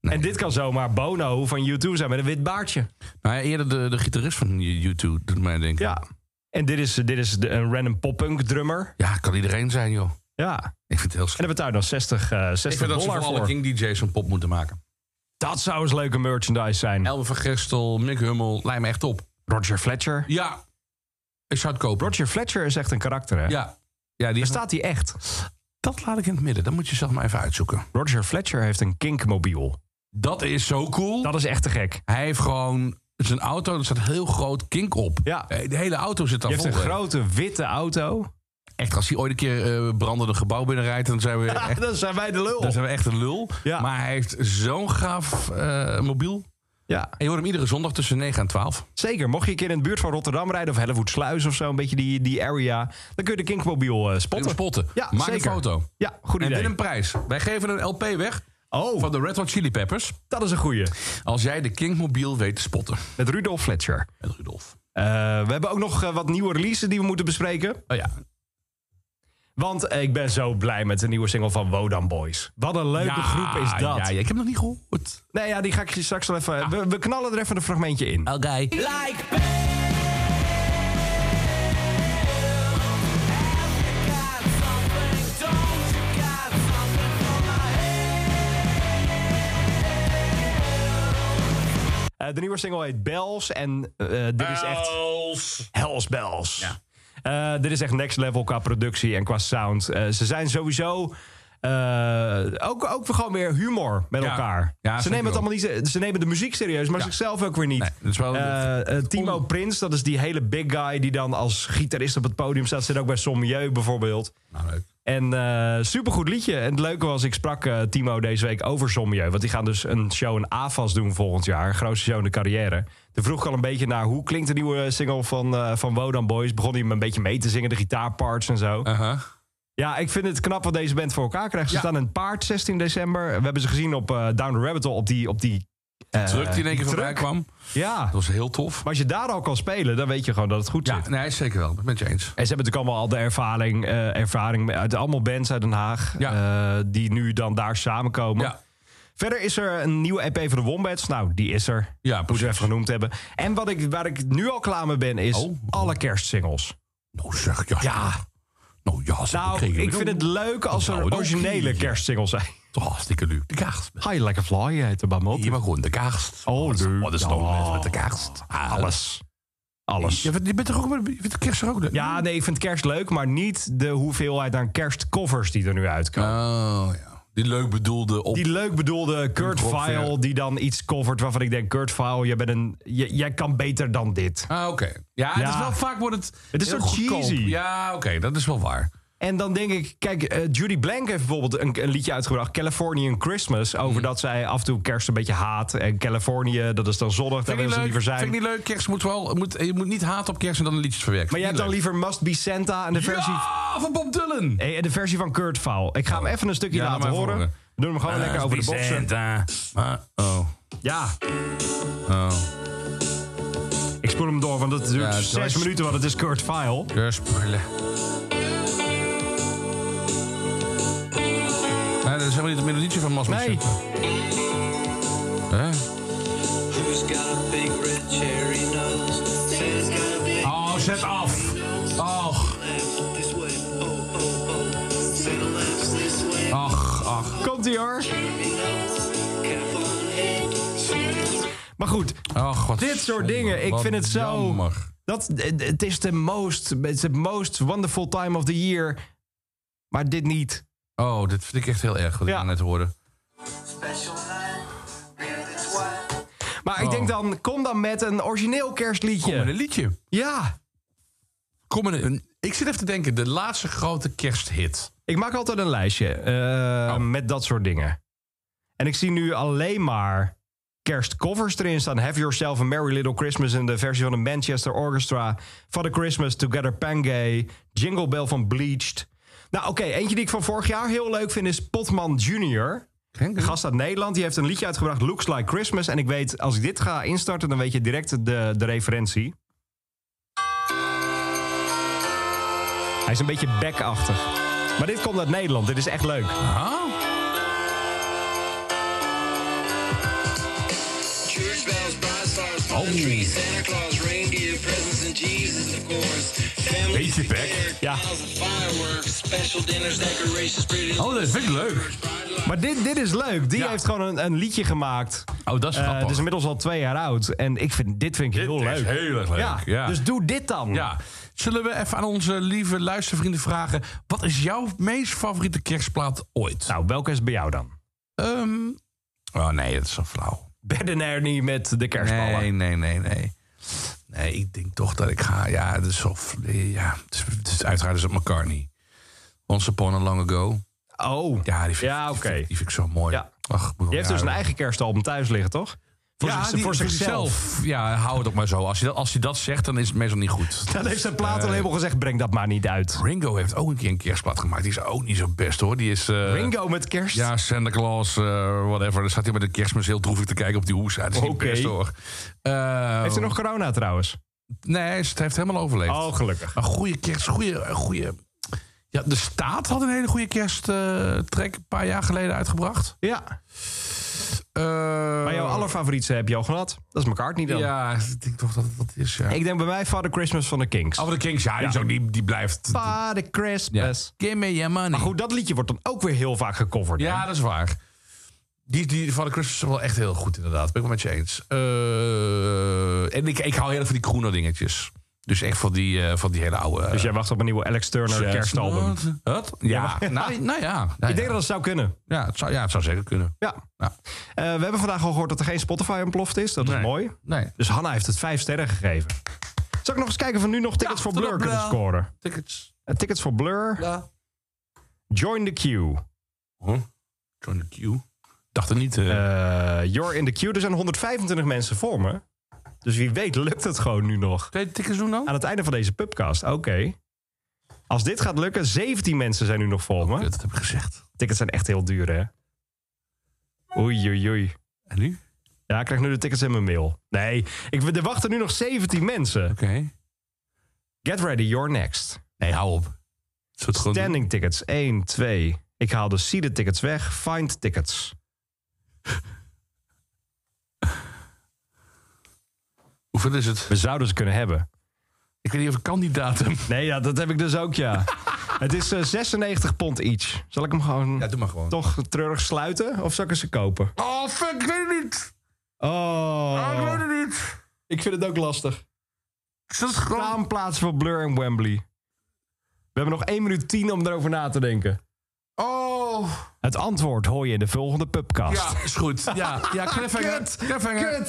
C: Nee.
B: En dit kan zomaar Bono van U2 zijn met een wit baardje.
C: Nou ja, eerder de, de gitarist van YouTube doet mij denken.
B: Ja. En dit is, dit is de, een random pop-punk drummer.
C: Ja, kan iedereen zijn, joh.
B: Ja. En
C: Ik vind het heel slecht.
B: daar betaal je dan 60, eh 60
C: Ik vind dat ze
B: dollar
C: voor
B: voor.
C: alle King DJ's een pop moeten maken.
B: Dat zou eens leuke merchandise zijn.
C: Elmer van Gestel, Mick Hummel, lijkt me echt op.
B: Roger Fletcher.
C: Ja, ik zou het kopen.
B: Roger Fletcher is echt een karakter, hè?
C: Ja. ja die
B: Bestaat hij echt?
C: Dus Dat laat ik in het midden. Dat moet je zelf maar even uitzoeken.
B: Roger Fletcher heeft een kinkmobiel.
C: Dat is zo cool.
B: Dat is echt te gek.
C: Hij heeft gewoon zijn auto, er staat heel groot kink op.
B: Ja.
C: Eh, De hele auto zit daar
B: Je hebt
C: vol.
B: een
C: hè.
B: grote witte auto.
C: Echt, als hij ooit een keer eh, brandende gebouw binnenrijdt, dan zijn we echt
B: dan zijn wij de lul.
C: Dan zijn we echt een lul.
B: Oh. Ja.
C: Maar hij heeft zo'n gaaf eh, mobiel. En
B: Ja,
C: je hoort hem iedere zondag tussen 9 en 12.
B: zeker. Mocht je een keer in de buurt van Rotterdam rijden... of Hellevoetsluis of zo, een beetje die, die area... dan kun je de kinkmobiel eh,
C: Om
B: spotten.
C: spotten.
B: Ja,
C: Maak
B: zeker.
C: een foto.
B: Ja, goed
C: En
B: idee.
C: win een prijs. Wij geven een LP weg
B: Oh,
C: van de Red Hot Chili Peppers.
B: dat is een goeie.
C: Als jij de Kingmobiel weet te spotten.
B: Met Rudolf Fletcher.
C: Met Rudolf.
B: Eh, we hebben ook nog eh, wat nieuwe releases die we moeten bespreken.
C: Oh ja.
B: Want eh, ik ben zo blij met de nieuwe single van Wodan Boys. Wat een leuke
C: Ja,
B: groep is dat.
C: Ja, ja, ik heb hem nog niet gehoord.
B: Nee, ja, die ga ik je straks wel even... We, we knallen er even een fragmentje in.
C: Oké.
B: Eh, de nieuwe single heet Bells en eh, dit is echt... Hells Bells.
C: Ja.
B: Eh, Eh, dit is echt next level qua productie en qua sound. Eh, ze zijn sowieso eh, ook, ook gewoon weer humor met
C: Ja.
B: elkaar.
C: Ja,
B: ze
C: zeker
B: nemen het
C: wel.
B: allemaal niet. Ze nemen de muziek serieus, maar
C: Ja.
B: zichzelf ook weer niet.
C: Nee, dat is wel-
B: Eh, eh, Timo
C: on-
B: Prins, dat is die hele big guy die dan als gitarist op het podium staat. Zit ook bij Sommieu bijvoorbeeld.
C: Nou, leuk.
B: En eh supergoed liedje. En het leuke was, ik sprak eh, Timo deze week over Sommieu. Want die gaan dus een show in AFAS doen volgend jaar. Grootste show in de carrière. Toen vroeg ik al een beetje naar hoe klinkt de nieuwe single van, eh, van Wodan Boys. Begon hij me een beetje mee te zingen, de gitaarparts en zo.
C: Uh-huh.
B: Ja, ik vind het knap wat deze band voor elkaar krijgt. Ze
C: Ja.
B: staan in het paard 16 december. We hebben ze gezien op eh, Down the Rabbit Hole, op die... Op die eh,
C: Druk die in één keer voorbij
B: truck.
C: kwam.
B: Ja,
C: Dat was heel tof.
B: maar als je daar al kan spelen, dan weet je gewoon dat het goed zit.
C: Ja, nee, zeker wel. Ik ben het je eens.
B: En ze hebben natuurlijk allemaal al de ervaring, eh, ervaring uit allemaal bands uit Den Haag.
C: Ja.
B: eh, die nu dan daar samenkomen.
C: Ja,
B: Verder is er een nieuwe EP van de Wombats. Nou, die is er.
C: ja
B: Moeten we
C: precies.
B: even genoemd hebben. En wat ik, waar ik nu al klaar mee ben, is
C: Oh.
B: alle kerstsingles.
C: Nou zeg, ja.
B: Ja.
C: Nou ja, zeg,
B: Nou,
C: kregen
B: ik
C: jullie
B: vind
C: ook
B: het leuk als
C: Nou,
B: er
C: dat
B: originele
C: ook niet.
B: kerstsingles zijn.
C: toch hartstikke leuk. De kaart.
B: Ga je lekker flyen,
C: eh,
B: heet de bamot.
C: Hier maar gewoon de kaart.
B: Oh, leuk.
C: Wat is nou
B: Ja.
C: met de kaart? Ah,
B: Alles.
C: Alles.
B: Alles.
C: Je bent, je bent toch ook, je vindt de kerst er ook leuk?
B: Ja, nee, ik vind kerst leuk, maar niet de hoeveelheid aan kerstcovers die er nu uitkomen.
C: Oh, ja. Die leuk bedoelde op...
B: Die leuk bedoelde Kurt
C: Ongeveer.
B: Vile, die dan iets covert waarvan ik denk: Kurt Vile, jij, bent een, j- jij kan beter dan dit.
C: Ah, oké. Ja, het
B: Ja.
C: is wel vaak wordt het...
B: Het is
C: heel
B: zo
C: goedkoop.
B: cheesy.
C: Ja, oké, dat is wel waar.
B: En dan denk ik: kijk, eh, Judy Blank heeft bijvoorbeeld een, een liedje uitgebracht, Californian Christmas, over
C: Mm.
B: dat zij af en toe kerst een beetje haat. En Californië, dat is dan zonnig, daar
C: Vind ik
B: willen ze
C: niet leuk.
B: liever
C: Vind
B: zijn.
C: ik niet leuk. Kerst moet wel... Moet, je moet niet haat op kerst en dan een liedjes verwerken.
B: Maar jij hebt dan liever Must Be Santa en de versie,
C: Ja, van Bob Dylan!
B: eh, en de versie van Kurt Vile. Ik ga hem even een stukje
C: Ja, laat
B: laten
C: maar even
B: horen.
C: horen.
B: We doen hem gewoon lekker over de
C: Must be
B: boxen.
C: Santa. Maar- oh.
B: Ja,
C: Oh.
B: ik spoel hem door, want het duurt
C: Ja, het
B: zes
C: was-
B: minuten, want het is Kurt Vile.
C: Kerstspullen. Nee, dat is helemaal niet het melodietje van Mas
B: Nee.
C: Hè?
E: Who's got a big red cherry nose? Santa's got a big
C: Oh, zet af. Och,
E: laugh this way. Oh, oh, oh. Santa laughs this way.
C: ach, ach.
B: Komt ie hoor.
E: Cherry nose, cap on head.
B: Maar goed,
C: Ach, wat
B: Dit soort
C: zonde.
B: dingen, ik
C: Wat
B: vind het zo-
C: jammer.
B: Dat, het het is de most, it's the most wonderful time of the year. Maar dit niet.
C: Oh, dit vind ik echt heel erg, wat
B: Ja.
C: ik net hoorde.
E: Special night, real it's wild.
B: Maar ik
C: Oh.
B: denk dan, kom dan met een origineel kerstliedje.
C: Kom met een liedje.
B: Ja,
C: Kom met een... Ik zit even te denken, de laatste grote kersthit.
B: ik maak altijd een lijstje eh, met dat soort dingen. En ik zie nu alleen maar kerstcovers erin staan. Have Yourself a Merry Little Christmas in de versie van de Manchester Orchestra. Father Christmas, Together Pangay, Jingle Bell van Bleached. Nou oké, eentje die ik van vorig jaar heel leuk vind is Potman Junior. Een gast uit Nederland, die heeft een liedje uitgebracht, Looks Like Christmas. En ik weet, als ik dit ga instarten, dan weet je direct de, de referentie. Hij is een beetje backachtig. Maar dit komt uit Nederland, dit is echt leuk.
C: Ah,
E: Church bells, bright stars,
C: Oh.
E: country, Santa Claus, reindeer, presents, and Jesus, of course. Families
C: Beetje back.
E: together,
B: Ja.
E: Piles of fireworks, special dinners, decorations, pretty
C: oh, dat vind ik leuk.
B: Maar dit, dit is leuk. Die
C: Ja.
B: heeft gewoon een, een liedje gemaakt.
C: Oh, dat is
B: Eh,
C: grappig.
B: het is inmiddels al twee jaar oud. En ik vind, dit vind ik heel
C: Dit
B: leuk.
C: is heel erg leuk.
B: Ja,
C: ja.
B: Dus doe dit dan.
C: Ja. Zullen we even aan onze lieve luistervrienden vragen... wat is jouw meest favoriete kerstplaat ooit?
B: Nou, welke is bij jou dan?
C: Ehm, oh nee, dat is zo flauw.
B: Ben Ernie met de kerstballen.
C: Nee, nee, nee, nee. Nee, ik denk toch dat ik ga... Ja, het is zo... fl- Ja, het is, het is- uiteraard is het McCartney. Once Upon a Long Ago.
B: Oh,
C: Ja, die vind, ik-
B: Ja,
C: die
B: oké.
C: vind, die vind ik zo mooi.
B: Ja.
C: Ach,
B: je heeft dus een eigen kerstalbum thuis liggen, toch? Voor, zich- voor zichzelf.
C: Ja, hou het ook maar zo. Als hij dat, als hij dat zegt, dan is het meestal niet goed. Eh,
B: Dan heeft zijn platenlabel gezegd, breng dat maar niet uit.
C: Ringo heeft ook een keer een kerstplaat gemaakt. Die is ook niet zo best, hoor. Die is... eh,
B: Ringo met kerst?
C: Ja, Santa Claus, eh, whatever. Dan staat hij met de kerstmis heel droevig te kijken op die hoes. Ja, dat is niet
B: Oké.
C: best hoor. Eh,
B: Heeft hij nog corona trouwens?
C: Nee, het heeft helemaal overleefd.
B: Oh, gelukkig.
C: Een goede kerst, goede, goede... Ja, de staat had een hele goede kersttrek een paar jaar geleden uitgebracht.
B: Ja.
C: Eh,
B: Maar jouw allerfavoriete heb je al gehad. Dat is McCartney dan.
C: Ja, ik denk toch dat het dat is, ja.
B: Ik denk bij mij Father Christmas van de Kings.
C: Over de Kings, ja, Die, is ook, die, die blijft...
B: Father
C: ja.
B: Christmas.
C: Give me your money.
B: Maar goed, dat liedje wordt dan ook weer heel vaak gecoverd.
C: Ja,
B: hè?
C: dat is waar. Die, die van de Christmas is wel echt heel goed, inderdaad. Ben ik wel met je eens. Eh, en ik, ik hou heel erg van die Kroener dingetjes. Dus echt van die, eh, van die hele oude...
B: Dus jij wacht op een nieuwe Alex Turner eh, kerstalbum.
C: Wat? Ja, nou, nou ja. Nou ja.
B: Ik denk dat het zou kunnen.
C: Ja, het zou, ja, het zou zeker kunnen.
B: Ja.
C: Ja.
B: Eh, we hebben vandaag al gehoord dat er geen Spotify ontploft is. Dat
C: Nee.
B: is mooi.
C: Nee.
B: Dus Hanna heeft het vijf sterren gegeven. Zal ik nog eens kijken of we nu nog tickets
C: Ja,
B: voor
C: doe
B: Blur
C: dat,
B: kunnen
C: Blur.
B: scoren?
C: Tickets.
B: Eh, tickets voor Blur.
C: Ja.
B: Join the queue.
C: Huh? Join the queue. Dacht er niet. eh.
B: Eh, you're in the queue. Er zijn 125 mensen voor me. Dus wie weet lukt het gewoon nu nog.
C: Kun je de tickets doen dan?
B: Aan het einde van deze pubcast. Oké. Als dit gaat lukken, 17 mensen zijn nu nog voor me.
C: Dat heb ik gezegd.
B: Tickets zijn echt heel duur, hè? Oei, oei, oei.
C: En nu?
B: Ja, ik krijg nu de tickets in mijn mail. Nee, ik, er wachten nu nog 17 mensen.
C: Oké.
B: Get ready, you're next.
C: Nee, hou op. Zullen we het gewoon doen?
B: Standing tickets, 1, 2. Ik haal de seated tickets weg. Find tickets.
C: Hoeveel is het?
B: We zouden ze kunnen hebben.
C: Ik weet niet of ik kan die datum.
B: Nee, ja, dat heb ik dus ook, ja. Het is eh, 96 pond each. Zal ik hem gewoon
C: doe maar gewoon.
B: toch treurig sluiten? Of zal ik ze kopen?
C: Oh, fuck, ik weet het niet. Ah, Ik weet
B: Oh,
C: het niet.
B: ik vind het ook lastig.
C: Dat is gewoon...
B: Staanplaats voor Blur en Wembley. We hebben nog 1 minuut 10 om erover na te denken.
C: Oh.
B: Het antwoord hoor je in de volgende pubcast.
C: Ja, is goed. Ja, ja cliffhanger. Cliffhanger.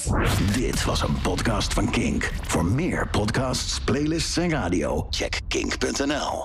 F: Dit was een podcast van Kink. Voor meer podcasts, playlists en radio, check kink.nl.